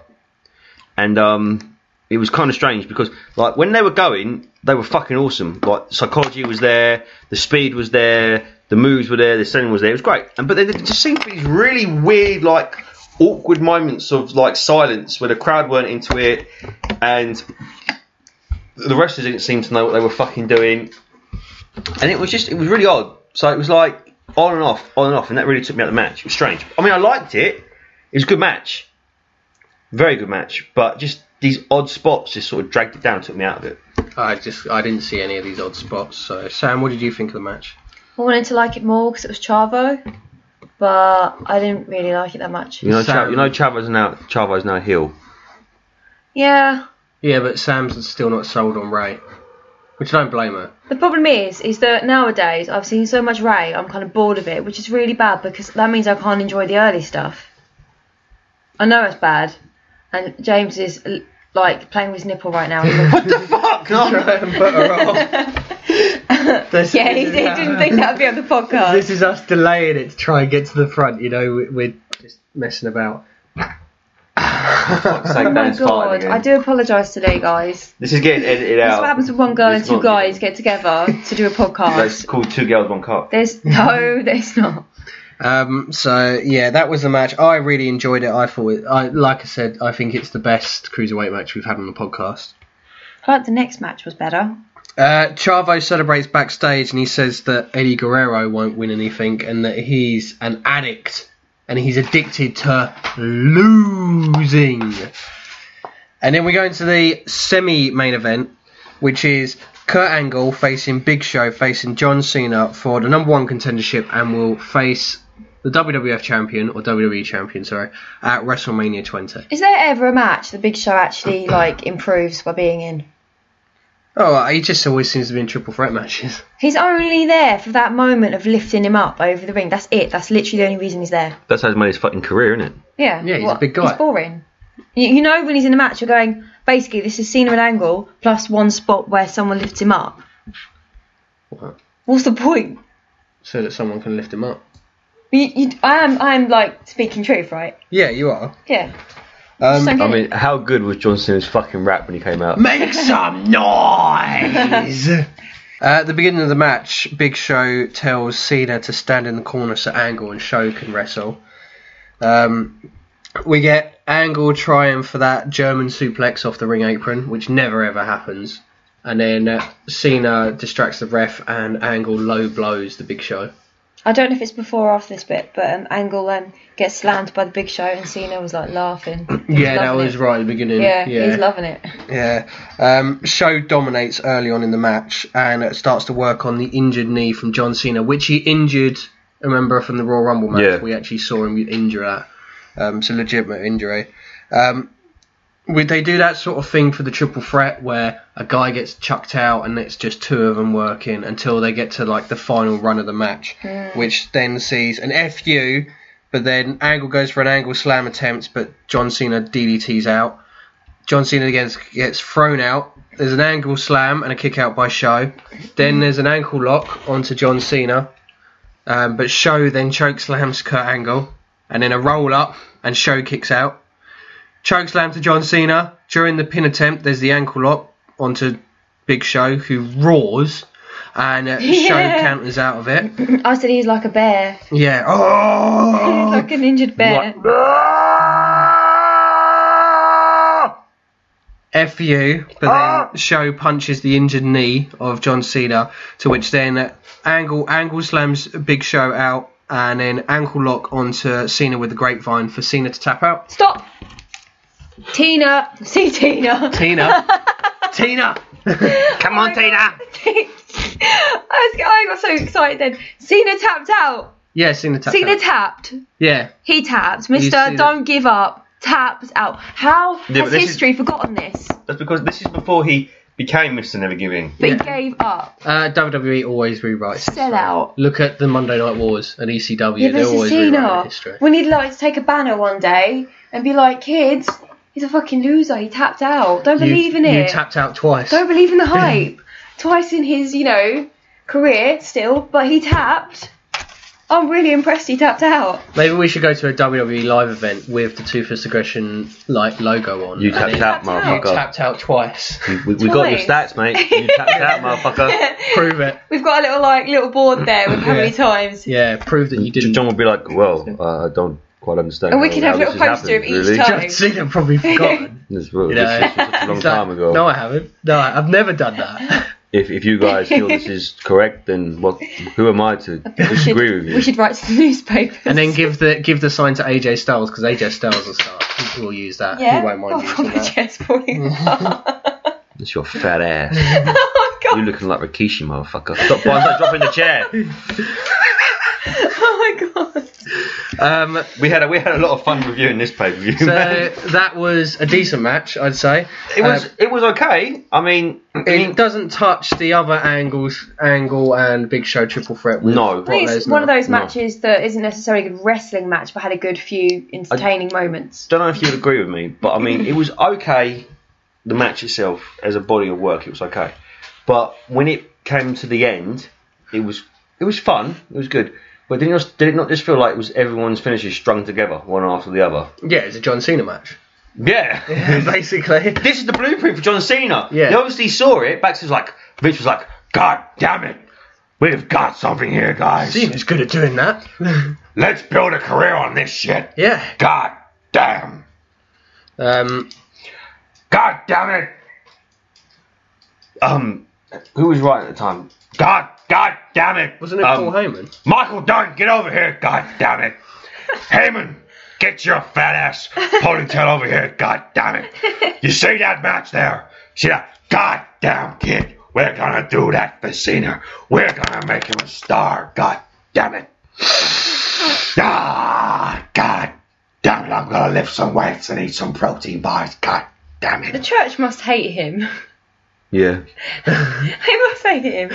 and um, it was kind of strange because like when they were going, they were fucking awesome. Like psychology was there, the speed was there, the moves were there, the selling was there. It was great. And but there there just seemed to be these really weird like. Awkward moments of like silence where the crowd weren't into it, and the rest didn't seem to know what they were fucking doing, and it was just it was really odd. So it was like on and off, on and off, and that really took me out of the match. It was strange. I mean, I liked it. It was a good match, very good match, but just these odd spots just sort of dragged it down, took me out of it. I just I didn't see any of these odd spots. So Sam, what did you think of the match? I wanted to like it more because it was Chavo, but I didn't really like it that much. You know, Chav- Sam- you know, Chavo's now Chavo's now a heel. Yeah. Yeah, but Sam's still not sold on Ray, which I don't blame her. The problem is, is that nowadays I've seen so much Ray, I'm kind of bored of it, which is really bad because that means I can't enjoy the early stuff. I know it's bad, and James is l- like playing with his nipple right now. What the fuck? And put her off. This- yeah, he, he didn't think that would be on the podcast. This is us delaying it to try and get to the front. You know, we- we're just messing about. fuck's sake, Oh my Dan's farting god! again. I do apologise today, guys. This is getting edited out. That's what happens when one girl and It's two not- guys get together to do a That's podcast. called Two Girls One Cup. There's no, there's not. Um, so yeah, that was the match. I really enjoyed it. I thought, it, I like I said, I think it's the best cruiserweight match we've had on the podcast. I like the next match was better. Uh, Chavo celebrates backstage and he says that Eddie Guerrero won't win anything and that he's an addict and he's addicted to losing. And then we go into the semi main event, which is Kurt Angle facing Big Show, facing John Cena for the number one contendership and will face the WWF champion, or WWE champion, sorry, at WrestleMania 20. Is there ever a match the Big Show actually like improves by being in? Oh, he just always seems to be in triple threat matches. He's only there for that moment of lifting him up over the ring. That's it. That's literally the only reason he's there. That's how he's made his fucking career, isn't it? Yeah. Yeah, he's a big guy. He's boring. You, you know when he's in a match, you're going. Basically, this is Cena and Angle plus one spot where someone lifts him up. What? What's the point? So that someone can lift him up. You, you, I am, I am like speaking truth, right? Yeah, you are. Yeah. Um, Just don't I get it. mean, how good was John Cena's fucking rap when he came out? Make some noise! uh, at the beginning of the match, Big Show tells Cena to stand in the corner so Angle and Show can wrestle. Um, we get Angle trying for that German suplex off the ring apron, which never ever happens. And then uh, Cena distracts the ref and Angle low blows the Big Show. I don't know if it's before or after this bit, but um, Angle um, gets slammed by the Big Show, and Cena was like laughing. He's Yeah, that loving was it. right at the beginning. Yeah, he's loving it. Yeah. Um, Show dominates early on in the match and uh, starts to work on the injured knee from John Cena, which he injured, remember, from the Royal Rumble match. Yeah. We actually saw him injure that. Um, it's a legitimate injury. Um, we, they do that sort of thing for the triple threat where a guy gets chucked out and it's just two of them working until they get to like the final run of the match, which then sees an FU, but then Angle goes for an angle slam attempt, but John Cena DDT's out. John Cena gets, gets thrown out. There's an angle slam and a kick out by Show. Then there's an ankle lock onto John Cena. Um, but Show then choke slams Kurt Angle. And then a roll up and Show kicks out. Choke slam to John Cena. During the pin attempt, there's the ankle lock onto Big Show, who roars. And uh, Yeah. Show counters out of it. I said he's like a bear. Yeah. Oh! He's like an injured bear. F you, but then Show punches the injured knee of John Cena, to which then Angle Angle slams Big Show out, and then ankle lock onto Cena with the grapevine for Cena to tap out. Stop. Tina, see Tina. Tina, Tina, Oh come on, Tina. I, was, I got so excited then. Cena tapped out. Yeah, Cena tapped. Cena out. tapped. yeah, He tapped. see Mister, that? don't give up. Tapped out. How has but this is- history forgotten this? That's because this is before he became Mr. Never Giving. But Yeah. he gave up. uh, WWE always rewrites. Sell out. Look at the Monday Night Wars and ECW. Yeah, they this is always rewrite Cena. history. We need like to take a banner one day and be like, kids, he's a fucking loser. He tapped out. Don't believe you, in you it. tapped out twice. Don't believe in the hype. Twice in his, you know, career still, but he tapped. I'm really impressed. He tapped out. Maybe we should go to a WWE live event with the Two Fist Aggression like logo on. You and tapped then- out, out. You motherfucker. tapped out twice. We, we- we got your Twice. stats, mate. You tapped out, motherfucker. prove it. We've got a little like little board there with how many Yeah. times. Yeah, prove that you didn't. John would be like, well, uh, I don't quite understand. And we how- could have how a little this has poster of happened, each really. time. John Cena probably forgotten. This, well, You this know, is such a long He's time like, ago. No, I haven't. No, I- I've never done that. if, if you guys feel this is correct, then what? Who am I to We should, disagree with you? we should write to the newspapers. and then give the give the sign to AJ Styles because AJ Styles will start. He will use that. yeah. He won't mind oh, using God, my that. chest falling apart. It's your fat ass. oh my You're god. looking like Rikishi, motherfucker. Stop, stop dropping the chair. Oh my god. Um, We had a, we had a lot of fun reviewing this pay per view. so that was a decent match, I'd say. it was Uh, it was okay. I mean, I mean, it doesn't touch the other angles, angle and Big Show triple threat. With No. Brock I think it's Lesnar. one of those No. matches that isn't necessarily a good wrestling match, but had a good few entertaining moments. don't know if you would agree with me, but I mean, it was okay. The match itself, as a body of work, it was okay. But when it came to the end, it was it was fun. It was good. But did it not, did it not just feel like it was everyone's finishes strung together, one after the other? Yeah, it's a John Cena match. Yeah. basically. this is the blueprint for John Cena. Yeah. He obviously saw it. Bax was like, Vince was like, God damn it. We've got something here, guys. Cena's good at doing that. Let's build a career on this shit. yeah. God damn. Um, God damn it. Um, who was right at the time? God, God damn it. wasn't it um, Paul Heyman? Michael Dunn, get over here, god damn it. Heyman, get your fat ass ponytail over here, god damn it. You see that match there? See that? God damn kid, we're gonna do that for Cena. We're gonna make him a star, god damn it. Ah, god damn it, I'm gonna lift some weights and eat some protein bars, god damn The it. church must hate him. Yeah. they must hate him.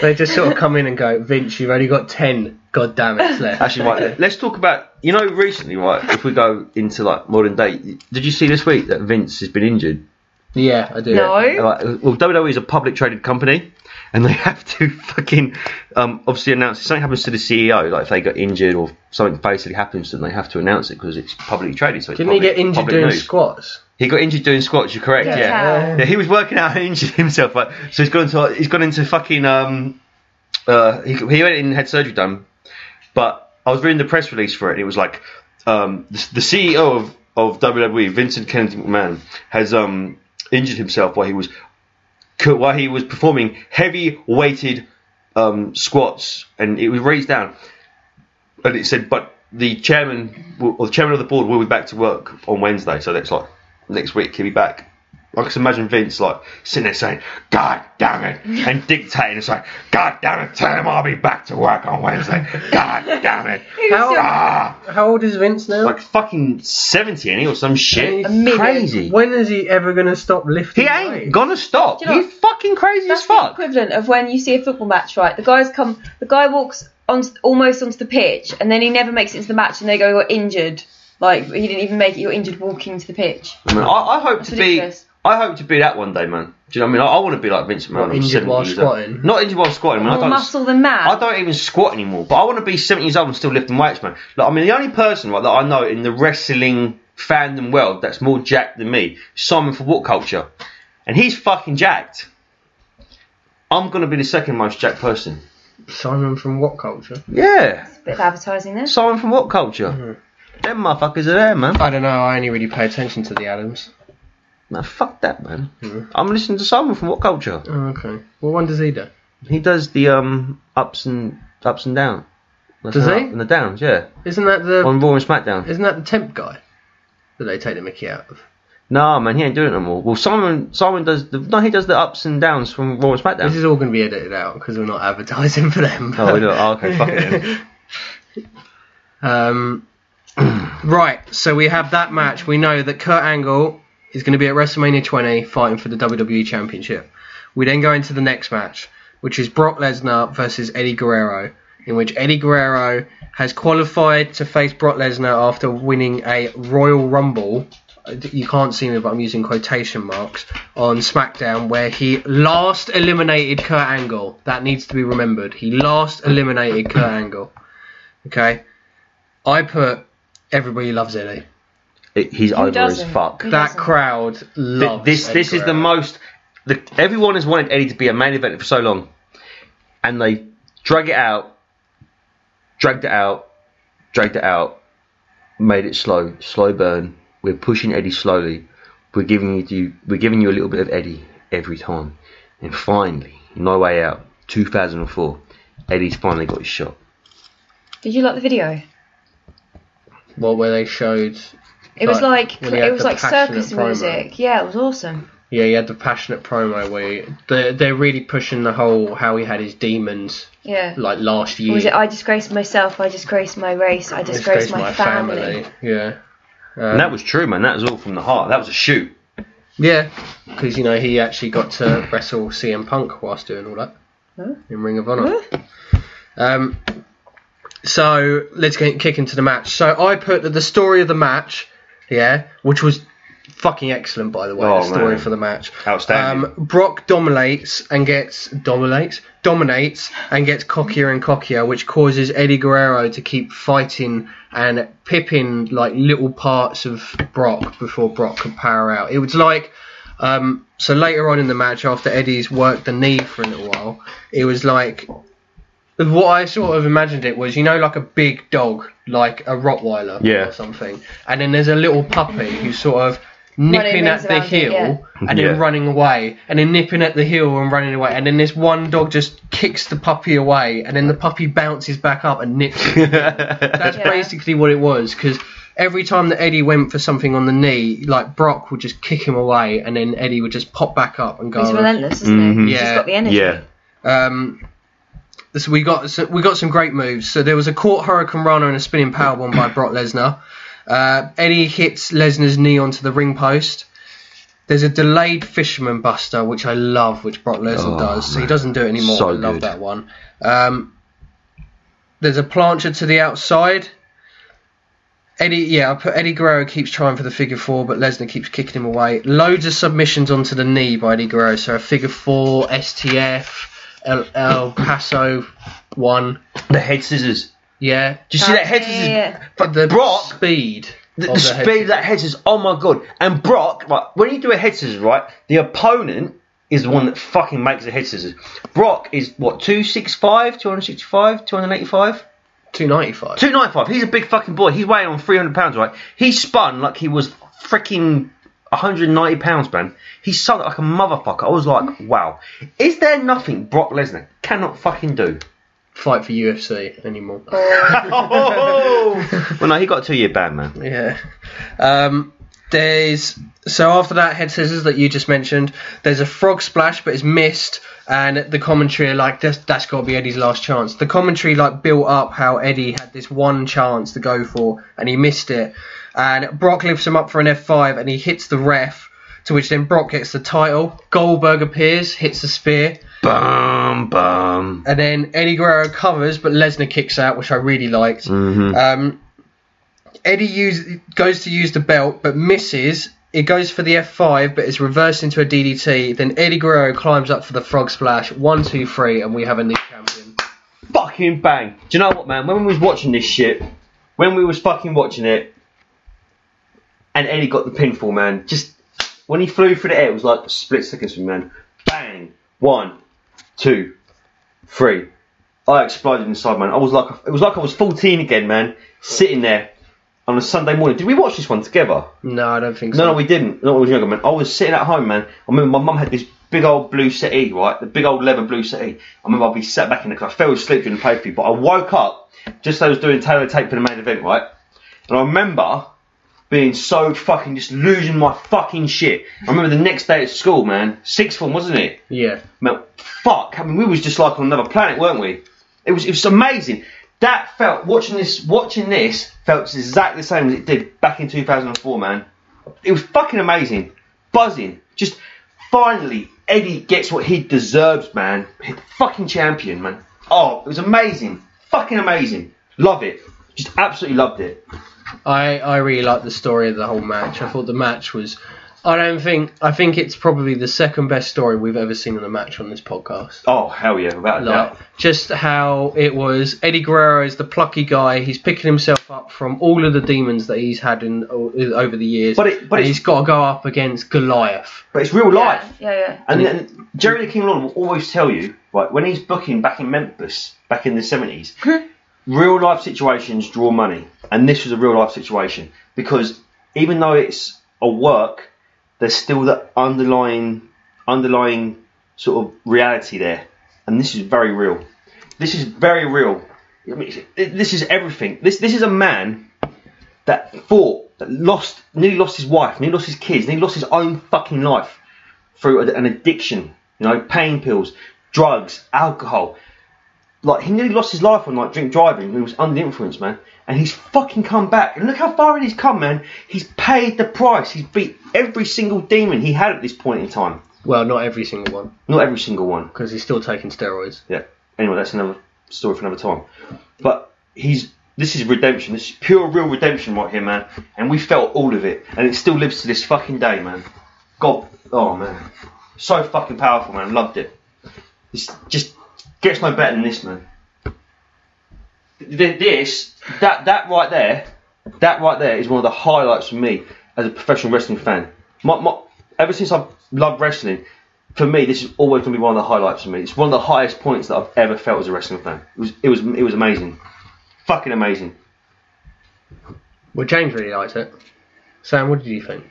they just sort of come in and go, Vince, you've only got ten God damn it left. Actually, right, let's talk about, you know, recently, right, if we go into like modern day, did you see this week that Vince has been injured? Yeah, I do. No. Like, well, WWE is a public traded company, and they have to fucking um, obviously announce if something happens to the CEO, like if they got injured or something basically happens to them, they have to announce it because it's publicly traded. So it's Didn't he public- get injured public doing news. squats? He got injured doing squats. You're correct. Yeah. Yeah. Yeah, he was working out and injured himself. Like, so he's gone into he's gone into fucking um uh he, he went in and had surgery done, but I was reading the press release for it. and It was like um the, the CEO of of WWE Vincent Kennedy McMahon has um injured himself while he was co- while he was performing heavy weighted um squats and it was raised down and it said but the chairman will- or the chairman of the board will be back to work on Wednesday so that's like next week he'll be back I can imagine Vince like sitting there saying, "God damn it," and dictating. It's like, "God damn it, tell him I'll be back to work on Wednesday." God damn it! He was How- still- Ah, How old is Vince now? like fucking seventy, any or some shit. A million. Crazy. when is he ever gonna stop lifting? He ain't weights? gonna stop. Do you know He's fucking crazy as That's the fuck. equivalent of when you see a football match, right? The guys come, the guy walks on almost onto the pitch, and then he never makes it into the match, and they go, "You're injured." Like he didn't even make it. You're injured walking to the pitch. I, mean, I, I hope to be. ridiculous. I hope to be that one day, man. Do you know what I mean? I, want to be like Vince McMahon. I'm injured 70 while years old. squatting? Not injured while squatting. man. I More don't, muscle than man. I don't even squat anymore, but I want to be 70 years old and still lifting weights, man. Like, I mean, the only person right, that I know in the wrestling fandom world that's more jacked than me, is Simon for What Culture, and he's fucking jacked. I'm gonna be the second most jacked person. Simon from what culture? Yeah, Bit of advertising there. Simon from What Culture. Mm-hmm. Them motherfuckers are there, man. I don't know. I only really pay attention to the Adams. Man, fuck that, man. Mm-hmm. I'm listening to Simon from What Culture. Oh, okay. What one does he do? He does the um ups and ups and down. Does the he? Up and the downs, yeah. Isn't that the On Raw and SmackDown. isn't that the temp guy that they take the Mickey out of? Nah, man, he ain't doing it no more. Well, Simon, Simon does the no, he does the ups and downs from Raw and SmackDown. This is all going to be edited out because we're not advertising for them. oh, we do. Oh, okay, fuck it. Then. Um, right, so we have that match. We know that Kurt Angle is going to be at WrestleMania 20 fighting for the WWE Championship. We then go into the next match, which is Brock Lesnar versus Eddie Guerrero, in which Eddie Guerrero has qualified to face Brock Lesnar after winning a Royal Rumble. Uh, You can't see me, but I'm using quotation marks on SmackDown, where he last eliminated Kurt Angle. That needs to be remembered. He last eliminated Kurt Angle. Okay, I put everybody loves Eddie. It- he's over doesn't? as fuck. Who That doesn't? crowd loves. this Eddie this is the Guerrero. most. The, everyone has wanted Eddie to be a main event for so long, and they drag it out, dragged it out, dragged it out, made it slow, slow burn. We're pushing Eddie slowly. We're giving you we're giving you a little bit of Eddie every time, and finally, no way out. 2004, Eddie's finally got his shot. Did you like the video? What where they showed? It was Like, like when he had it was the like passionate circus promo. music. Yeah, it was awesome. Yeah, he had the passionate promo where he, they're, they're really pushing the whole how he had his demons Yeah. like last year. Or was it I disgraced myself, I disgraced my race, I disgraced, my, family. Yeah. And that was true, man. That was all from the heart. That was a shoot. Yeah, because you know he actually got to wrestle CM Punk whilst doing all that Huh? in Ring of Honor. Um, so let's get, kick into the match. So I put that the story of the match, yeah, which was fucking excellent, by the way. Oh, the story man. for the match. Um, Outstanding. Brock dominates and gets dominates dominates and gets cockier and cockier, which causes Eddie Guerrero to keep fighting and pipping like little parts of Brock before Brock could power out. It was like um, so later on in the match, after Eddie's worked the knee for a little while, it was like what I sort of imagined it was, you know, like a big dog, like a Rottweiler Yeah. or something, and then there's a little puppy who's sort of nipping at rings the around it, heel yeah. and then Yeah. running away, and then nipping at the heel and running away, and then this one dog just kicks the puppy away, and then the puppy bounces back up and nips it that's Yeah. basically what it was because every time that Eddie went for something on the knee, like Brock would just kick him away, and then Eddie would just pop back up and go. He's relentless, isn't Mhm. he? He's Oh. Yeah. just got the energy. yeah. Um, so we got so we got some great moves. So there was a caught Hurricane Rana and a spinning powerbomb by Brock Lesnar. Uh, Eddie hits Lesnar's knee onto the ring post. There's a delayed fisherman buster, which I love, which Brock Lesnar Oh, does. So he man. doesn't do it anymore. So I love good. that one. Um, there's a plancher to the outside. Eddie, yeah, I put Eddie Guerrero keeps trying for the figure four, but Lesnar keeps kicking him away. Loads of submissions onto the knee by Eddie Guerrero. So a figure four, STF, El, El Paso one. The head scissors. Yeah, Do you see Oh, that head yeah, scissors? yeah. But the Brock, speed. the, of the head- speed of that head scissors. Oh my god! And Brock, right, when you do a head scissors, right, the opponent is the one that fucking makes the head scissors. Brock is what 265, 265, 285. 295. 295. He's a big fucking boy. He's weighing on 300 pounds, right? He spun like he was freaking 190 pounds, man. He spun like a motherfucker. I was like, wow. Is there nothing Brock Lesnar cannot fucking do? Fight for UFC anymore. Oh! well, no, he got a two year ban, man. Yeah. Um, there's so after that head scissors that you just mentioned, there's a frog splash, but it's missed, and the commentary are like that's that's got to be Eddie's last chance. The commentary like built up how Eddie had this one chance to go for, and he missed it. And Brock lifts him up for an F5, and he hits the ref. To which then Brock gets the title. Goldberg appears, hits the spear, Bum, bum. and then Eddie Guerrero covers, but Lesnar kicks out, which I really liked. Mm-hmm. Um, Eddie use, goes to use the belt, but misses. It goes for the F5, but it's reversed into a DDT. Then Eddie Guerrero climbs up for the frog splash. One, two, three, and we have a new champion. fucking bang. Do you know what, man? When we was watching this shit, when we was fucking watching it, and Eddie got the pinfall, man. Just when he flew through the air, it was like split seconds for me, man. Bang. One, two, three. I exploded inside, man. I was like, it was like I was 14 again, man. Sitting there on a Sunday morning. Did we watch this one together? No, I don't think so. No, no, we didn't. Not when I was younger, man. I was sitting at home, man. I remember my mum had this big old blue settee, right? The big old leather blue settee. I remember I'd be sat back in the car. I fell asleep during the pay per view, but I woke up just as I was doing Taylor tape for the main event, right? And I remember being so fucking just losing my fucking shit. I remember the next day at school, man. Sixth form, wasn't it? Yeah. Man, fuck. I mean, we was just like on another planet, weren't we? It was it was amazing. That felt watching this watching this felt exactly the same as it did back in 2004, man. It was fucking amazing, buzzing. Just finally, Eddie gets what he deserves, man. Fucking champion, man. Oh, it was amazing, fucking amazing. Love it. Just absolutely loved it. I, I really liked the story of the whole match. I thought the match was. I don't think. I think it's probably the second best story we've ever seen in a match on this podcast. Oh hell yeah, without a Like, doubt. just how it was. Eddie Guerrero is the plucky guy. He's picking himself up from all of the demons that he's had in o- over the years. But it- but and it's- he's got to go up against Goliath. But it's real life. Yeah, yeah. And then Jerry the King Lawler will always tell you, right, when he's booking back in Memphis, back in the 70s, real life situations draw money. And this was a real life situation because even though it's a work, there's still that underlying, underlying sort of reality there. And this is very real. This is very real. I mean, this is everything. This, this is a man that fought, that lost, nearly lost his wife, nearly lost his kids, nearly lost his own fucking life through a- an addiction, you know, pain pills, drugs, alcohol. Like he nearly lost his life on like drink driving. He was under the influence, man, and he's fucking come back. And look how far he's come, man. He's paid the price. He's beat every single demon he had at this point in time. Well, not every single one, Not every single one. because he's still taking steroids. Yeah. Anyway, that's another story for another time. But he's This is redemption. This is pure, real redemption right here, man. And we felt all of it, and it still lives to this fucking day, man. God, oh man, so fucking powerful, man. Loved it. This just gets no better than this, man. Th- th- This, that, that right there, that right there is one of the highlights for me as a professional wrestling fan. My, my, ever since I've loved wrestling, for me, this is always going to be one of the highlights for me. It's one of the highest points that I've ever felt as a wrestling fan. It was, it was, it was amazing. Fucking amazing. Well, James really liked it. Sam, what did you think?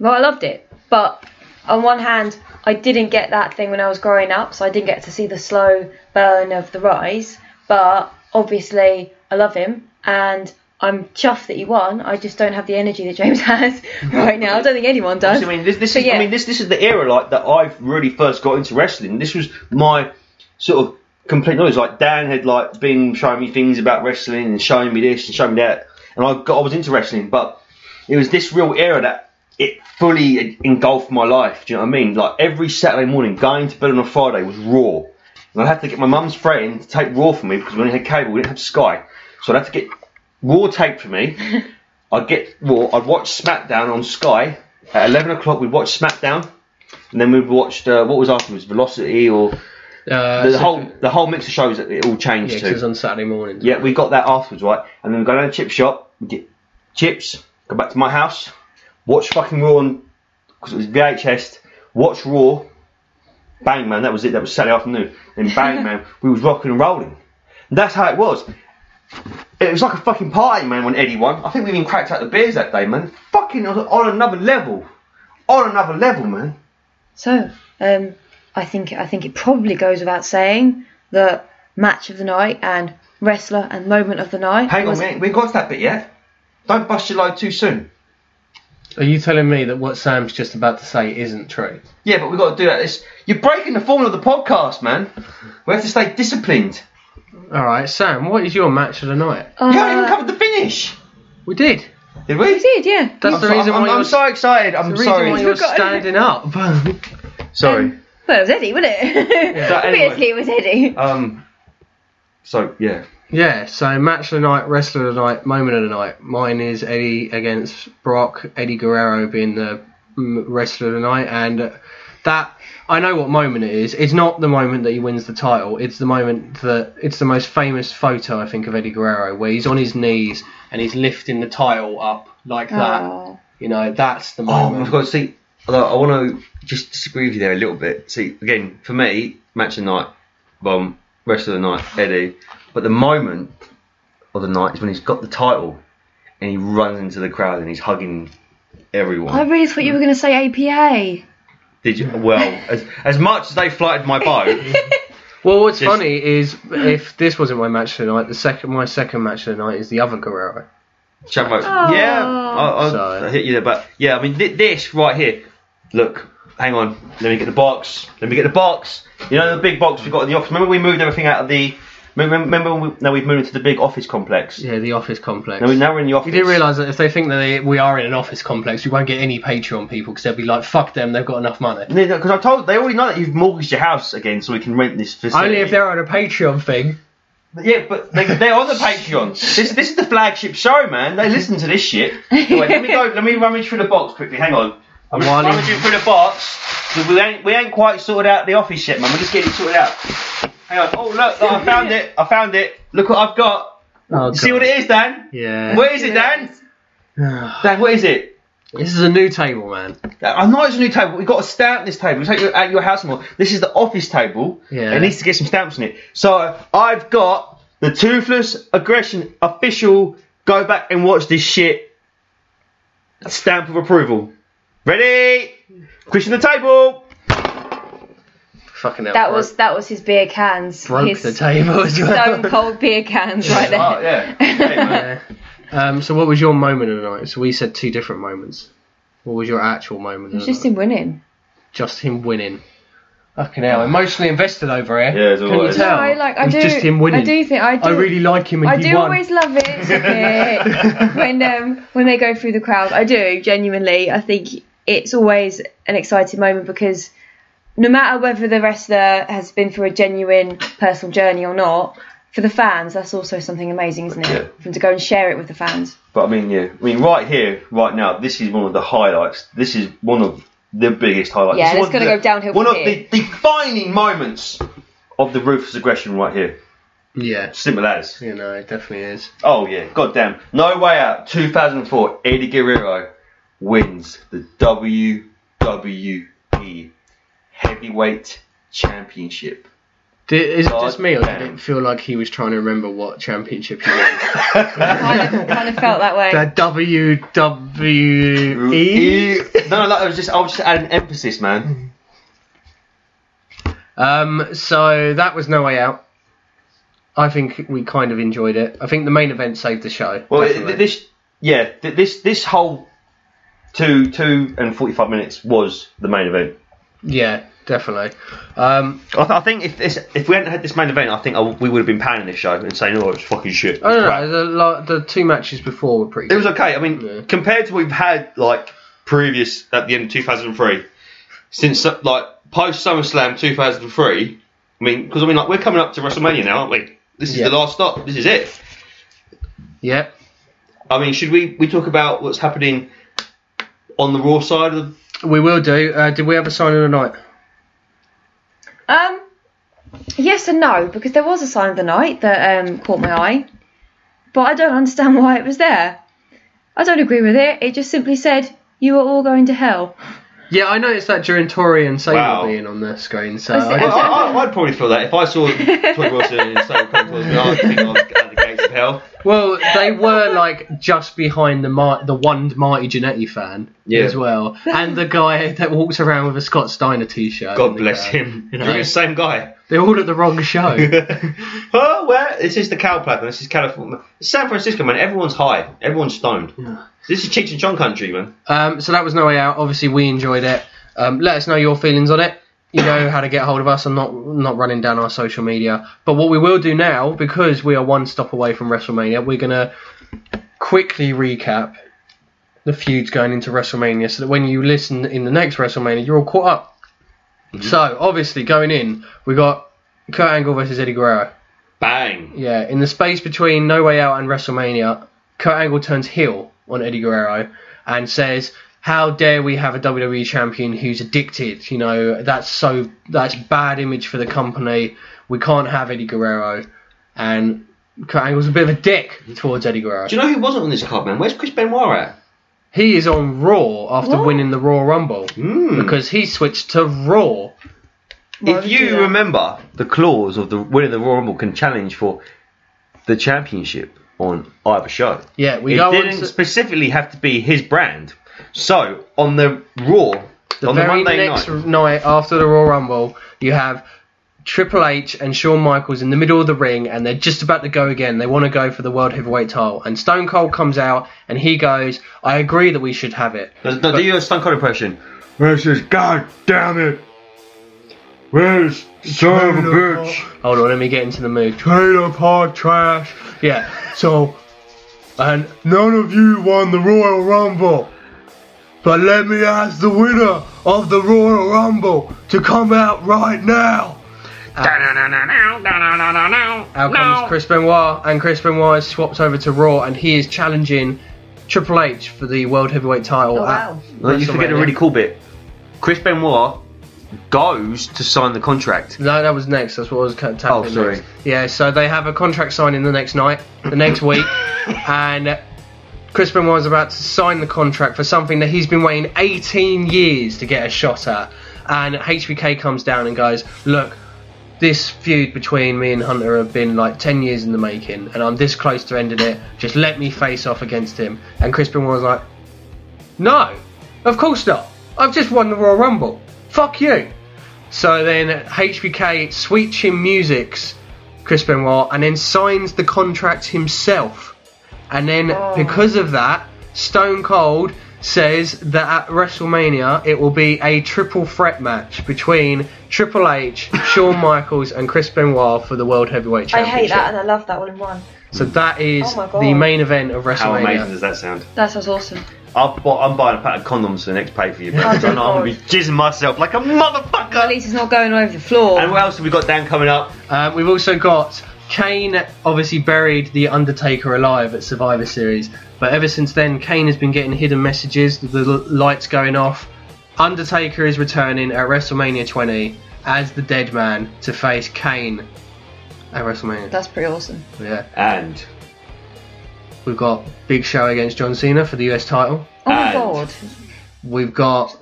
Well, I loved it, but on one hand, I didn't get that thing when I was growing up, so I didn't get to see the slow burn of the rise. But obviously, I love him, and I'm chuffed that he won. I just don't have the energy that James has right now. I don't think anyone does. I mean, this, this But is, yeah. I mean, this, this is the era like that I've really first got into wrestling. This was my sort of complete knowledge. Like Dan had like been showing me things about wrestling and showing me this and showing me that, and I got I was into wrestling, but it was this real era that it fully engulfed my life. Do you know what I mean? Like every Saturday morning, going to bed on a Friday was Raw, and I had to get my mum's friend to take Raw for me because we only had cable, we didn't have Sky, so I would have to get Raw taped for me. I'd get Raw, I'd watch SmackDown on Sky at eleven o'clock. We'd watch SmackDown, and then we'd watched uh, what was afterwards, Velocity or Uh, the so- whole the whole mix of shows that it all changed Yeah, 'cause to. it was on Saturday mornings. Yeah, we got that afterwards, right? And then we go down to the chip shop, we get chips, go back to my house, watch fucking Raw on because it was VHS. Watch Raw, bang man, that was it. That was Saturday afternoon. Then bang man, we was rocking and rolling. And that's how it was. It was like a fucking party, man. When Eddie won, I think we even cracked out the beers that day, man. Fucking on- on another level, on another level, man. So, um, I think I think it probably goes without saying that match of the night and wrestler and moment of the night. Hang on, was- we ain't- we ain't got to that bit yet. Don't bust your load too soon. Are you telling me that what Sam's just about to say isn't true? Yeah, but we've got to do that. It's, you're breaking the form of the podcast, man. We have to stay disciplined. All right, Sam, what is your match of the night? You haven't even Uh, covered the finish. We did. Did we? we did, yeah. That's I'm, the so- reason I'm, why I'm you're so excited. I'm the reason sorry. why you're Forgotten. standing up. Sorry. Um, well, it was Eddie, wasn't it? So anyway. Obviously, it was Eddie. Um. So yeah. yeah, so match of the night, wrestler of the night, moment of the night. Mine is Eddie against Brock. Eddie Guerrero being the mm, wrestler of the night, and uh, that I know what moment it is. It's not the moment that he wins the title. It's the moment that it's the most famous photo I think of Eddie Guerrero, where he's on his knees and he's lifting the title up like that. Oh. You know, that's the Oh moment. my god. See, although I want to just disagree with you there a little bit. See, again, for me, match of the night, bomb, rest of the night, Eddie. But the moment of the night is when he's got the title and he runs into the crowd and he's hugging everyone. I really thought you were going to say APA. Did you? Well, as, as much as they flighted my boat, Well, what's Just- funny is if this wasn't my match tonight, the second my second match tonight is the other Guerrero. Chad Mo- Oh. yeah, I, I, So- I hit you there, but yeah, I mean thi- this right here. Look, hang on, let me get the box. Let me get the box. You know the big box we got in the office. Remember we moved everything out of the. Remember, remember when we, now we've moved into the big office complex. Yeah, the office complex. Now, we, now we're in the office. you do realise that if they think that they, we are in an office complex, we won't get any Patreon people because they'll be like, "Fuck them, they've got enough money." Because I told they already know that you've mortgaged your house again, so we can rent this facility. Only if they're on a Patreon thing. Yeah, but they, they're on the Patreon. This this is the flagship show, man. They listen to this shit. Anyway, let me go. Let me rummage through the box quickly. Hang on. I'm just One- rummaging through the box. 'cause We ain't we ain't quite sorted out the office yet, man. We're just getting it sorted out. Hang on. Oh look, look, I found it. I found it. Look what I've got. Oh, You see what it is, Dan? Yeah. What is it, Dan? Dan, what is it? This is a new table, man. I know it's a new table. We've got to stamp this table. We take it out your house more. This is the office table. Yeah. It needs to get some stamps on it. So I've got the Toothless Aggression official. Go back and watch this shit. Stamp of approval. Ready? Christian the table. Fucking hell. That broke- was that was his beer cans. broke his the table as well. Stone cold beer cans right there. Oh yeah. Hey, man. Yeah. Um, so, what was your moment of the night? So, we said two different moments. What was your actual moment? It Of was the just him winning. just him winning. Fucking hell, emotionally invested over here. Yeah, it's Can alright. you tell? No, I like I It was do. just him winning. I do think I do. I really like him, and I he do won. always love it okay, when um, when they go through the crowd. I do genuinely. I think it's always an exciting moment because no matter whether the wrestler has been through a genuine personal journey or not, for the fans, that's also something amazing, isn't it? Yeah. For them to go and share it with the fans. But I mean, yeah, I mean, right here, right now, this is one of the highlights. This is one of the biggest highlights. This Yeah, is that's one of gonna the- go downhill One from of here. the defining moments of the ruthless aggression, right here. Yeah. Simple as. You know, it definitely is. Oh yeah, goddamn. No way out. 2004. Eddie Guerrero wins the WWE Heavyweight Championship. Did, is it God just me, or did damn. it feel like he was trying to remember what championship he won? Kind of, kind of felt that way. the WWE. E- no, no, that was just I was just adding emphasis, man. Um, so that was No Way Out. I think we kind of enjoyed it. I think the main event saved the show. Well, th- definitely. th- this, yeah, th- this this whole two two and forty five minutes was the main event. yeah, definitely. Um, I, th- I think if this, if we hadn't had this main event, I think I w we would have been panning this show and saying, "Oh, it's fucking shit." I don't Crap. know. The, like, the two matches before were pretty. It was good. okay. I mean, Yeah. compared to what we've had like previous at the end of two thousand and three, since uh, like post SummerSlam two thousand and three. I mean, because I mean, like we're coming up to WrestleMania now, aren't we? This is Yeah. the last stop. This is it. Yep. I mean, should we we talk about what's happening on the Raw side of the We will do. Uh, did we have a sign of the night? Um, yes and no, because there was a sign of the night that um, caught my eye, but I don't understand why it was there. I don't agree with it. It just simply said, "You are all going to hell." Yeah, I noticed that during Tori and Sable Wow. being on the screen. So Was it- I I, did- I, I'd probably feel that if I saw Todd Wilson and Sam come towards me, I'd think I was at the gates of hell. well, they were like just behind the Mar- the one Marty Jannetty fan Yeah. as well, and the guy that walks around with a Scott Steiner t-shirt. in God the bless crowd. him. You know. You're the same guy. They're all at the wrong show. oh, well, this is the cow platform. This is California. San Francisco, man. Everyone's high. Everyone's stoned. This is Cheech and Chong country, man. Um, so that was No Way Out. Obviously, we enjoyed it. Um, let us know your feelings on it. You know how to get hold of us. I'm not not running down our social media. But what we will do now, because we are one stop away from WrestleMania, we're gonna quickly recap the feuds going into WrestleMania, so that when you listen in the next WrestleMania, you're all caught up. So obviously, going in, we got Kurt Angle versus Eddie Guerrero. Bang. Yeah, in the space between No Way Out and WrestleMania, Kurt Angle turns heel on Eddie Guerrero and says, "How dare we have a WWE champion who's addicted? You know that's so that's bad image for the company. We can't have Eddie Guerrero." And Kurt Angle's a bit of a dick towards Eddie Guerrero. Do you know who wasn't on this card, man? Where's Chris Benoit at? He is on Raw after What? winning the Raw Rumble Mm. because he switched to Raw. Why if would do you that? remember, the clause of the winner of the Royal Rumble can challenge for the championship on either show. Yeah, we it go on didn't to- specifically have to be his brand. So on the Raw, on the very Monday next night, night. after the Royal Rumble, you have Triple H and Shawn Michaels in the middle of the ring, and they're just about to go again. They want to go for the World Heavyweight title, and Stone Cold comes out and he goes, "I agree that we should have it." no, no, do your Stone Cold impression. This is God damn it. Where's the son of a bitch? Hold on, let me get into the mood. Trailer park trash. Yeah, so and None of you won the Royal Rumble. But let me ask the winner of the Royal Rumble to come out right now. out comes Chris Benoit, and Chris Benoit is swapped over to Raw, and he is challenging Triple H for the World Heavyweight title. Oh, at- wow. No, you forget a WrestleMania. really cool bit. Chris Benoit goes to sign the contract. No, that was next. That's what I was kind of tapping Oh, sorry. next. Yeah, so they have a contract signing the next night, the next week, and Chris Benoit is about to sign the contract for something that he's been waiting 18 years to get a shot at. And HBK comes down and goes, "Look, this feud between me and Hunter have been like 10 years in the making, and I'm this close to ending it. Just let me face off against him." And Chris Benoit was like, "No, of course not. I've just won the Royal Rumble. Fuck you." So then HBK sweet chin music's Chris Benoit and then signs the contract himself. And then Oh. because of that, Stone Cold says that at WrestleMania it will be a triple threat match between Triple H, Shawn Michaels, and Chris Benoit for the World Heavyweight I Championship. hate that, and I love that all in one. So that is Oh my God. the main event of WrestleMania. How amazing does that sound? That sounds awesome. I've bought, I'm buying a pack of condoms for the next pay for you. Oh, because I know I'm God. gonna be jizzing myself like a motherfucker. At least it's not going over the floor. And what else have we got down coming up? Um, we've Uh, also got Kane obviously buried the Undertaker alive at Survivor Series, but ever since then, Kane has been getting hidden messages, the l- lights going off. Undertaker is returning at WrestleMania 20 as the Dead Man to face Kane at WrestleMania. That's pretty awesome. Yeah, And we've got Big Show against John Cena for the US title. Oh And- my god. We've got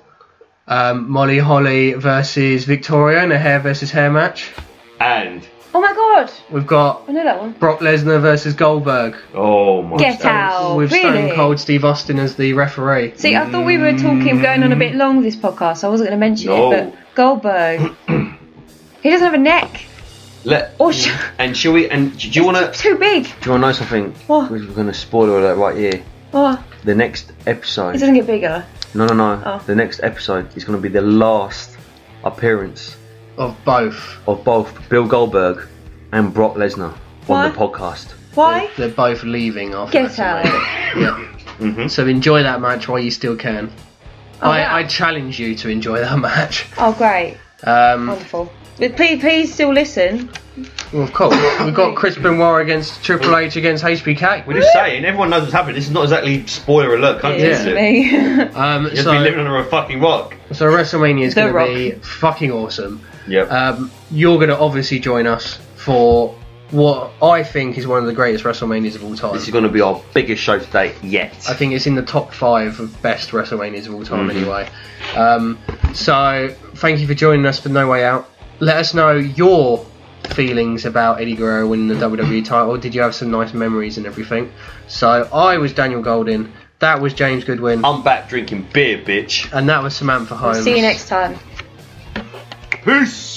um, Molly Holly versus Victoria in a hair versus hair match. and Oh my god. We've got I know that one. Brock Lesnar versus Goldberg. oh my. Get God. out. with really? Stone Cold Steve Austin as the referee. See, I thought we were talking, going on a bit long this podcast. so I wasn't going to mention No. it, but Goldberg. he doesn't have a neck. Let, Or Oh, sh- and shall we? And do you want to? too big. Do you want to know something? What? We're going to spoil all that right here. Oh, The next it episode. doesn't get bigger. No, no, no. Oh. The next episode is going to be the last appearance Of both. of both Bill Goldberg and Brock Lesnar Why? on the podcast. Why? They're both leaving after Get WrestleMania. out. Mm-hmm. Yeah. So enjoy that match while you still can. Oh, I, yeah. I challenge you to enjoy that match. Oh, great. Um, Wonderful. But please, please still listen. Oh. well, of course, we've got Chris Benoit against Triple H against HBK. We're just saying, everyone knows what's happening. This is not exactly spoiler alert country, Yes, is it? me. Um, Just be living so, under a fucking rock. so WrestleMania is The going Rock. to be fucking awesome. Yep. Um, you're going to obviously join us for what I think is one of the greatest WrestleManias of all time. this is going to be our biggest show to date yet. I think it's in the top five of best WrestleManias of all time, anyway. Um, so, thank you for joining us for No Way Out. Let us know your feelings about Eddie Guerrero winning the WWE title. Did you have some nice memories and everything? So, I was Daniel Goldin, that was James Goodwin, I'm back drinking beer, bitch. and that was Samantha Holmes. See you next time. Peace!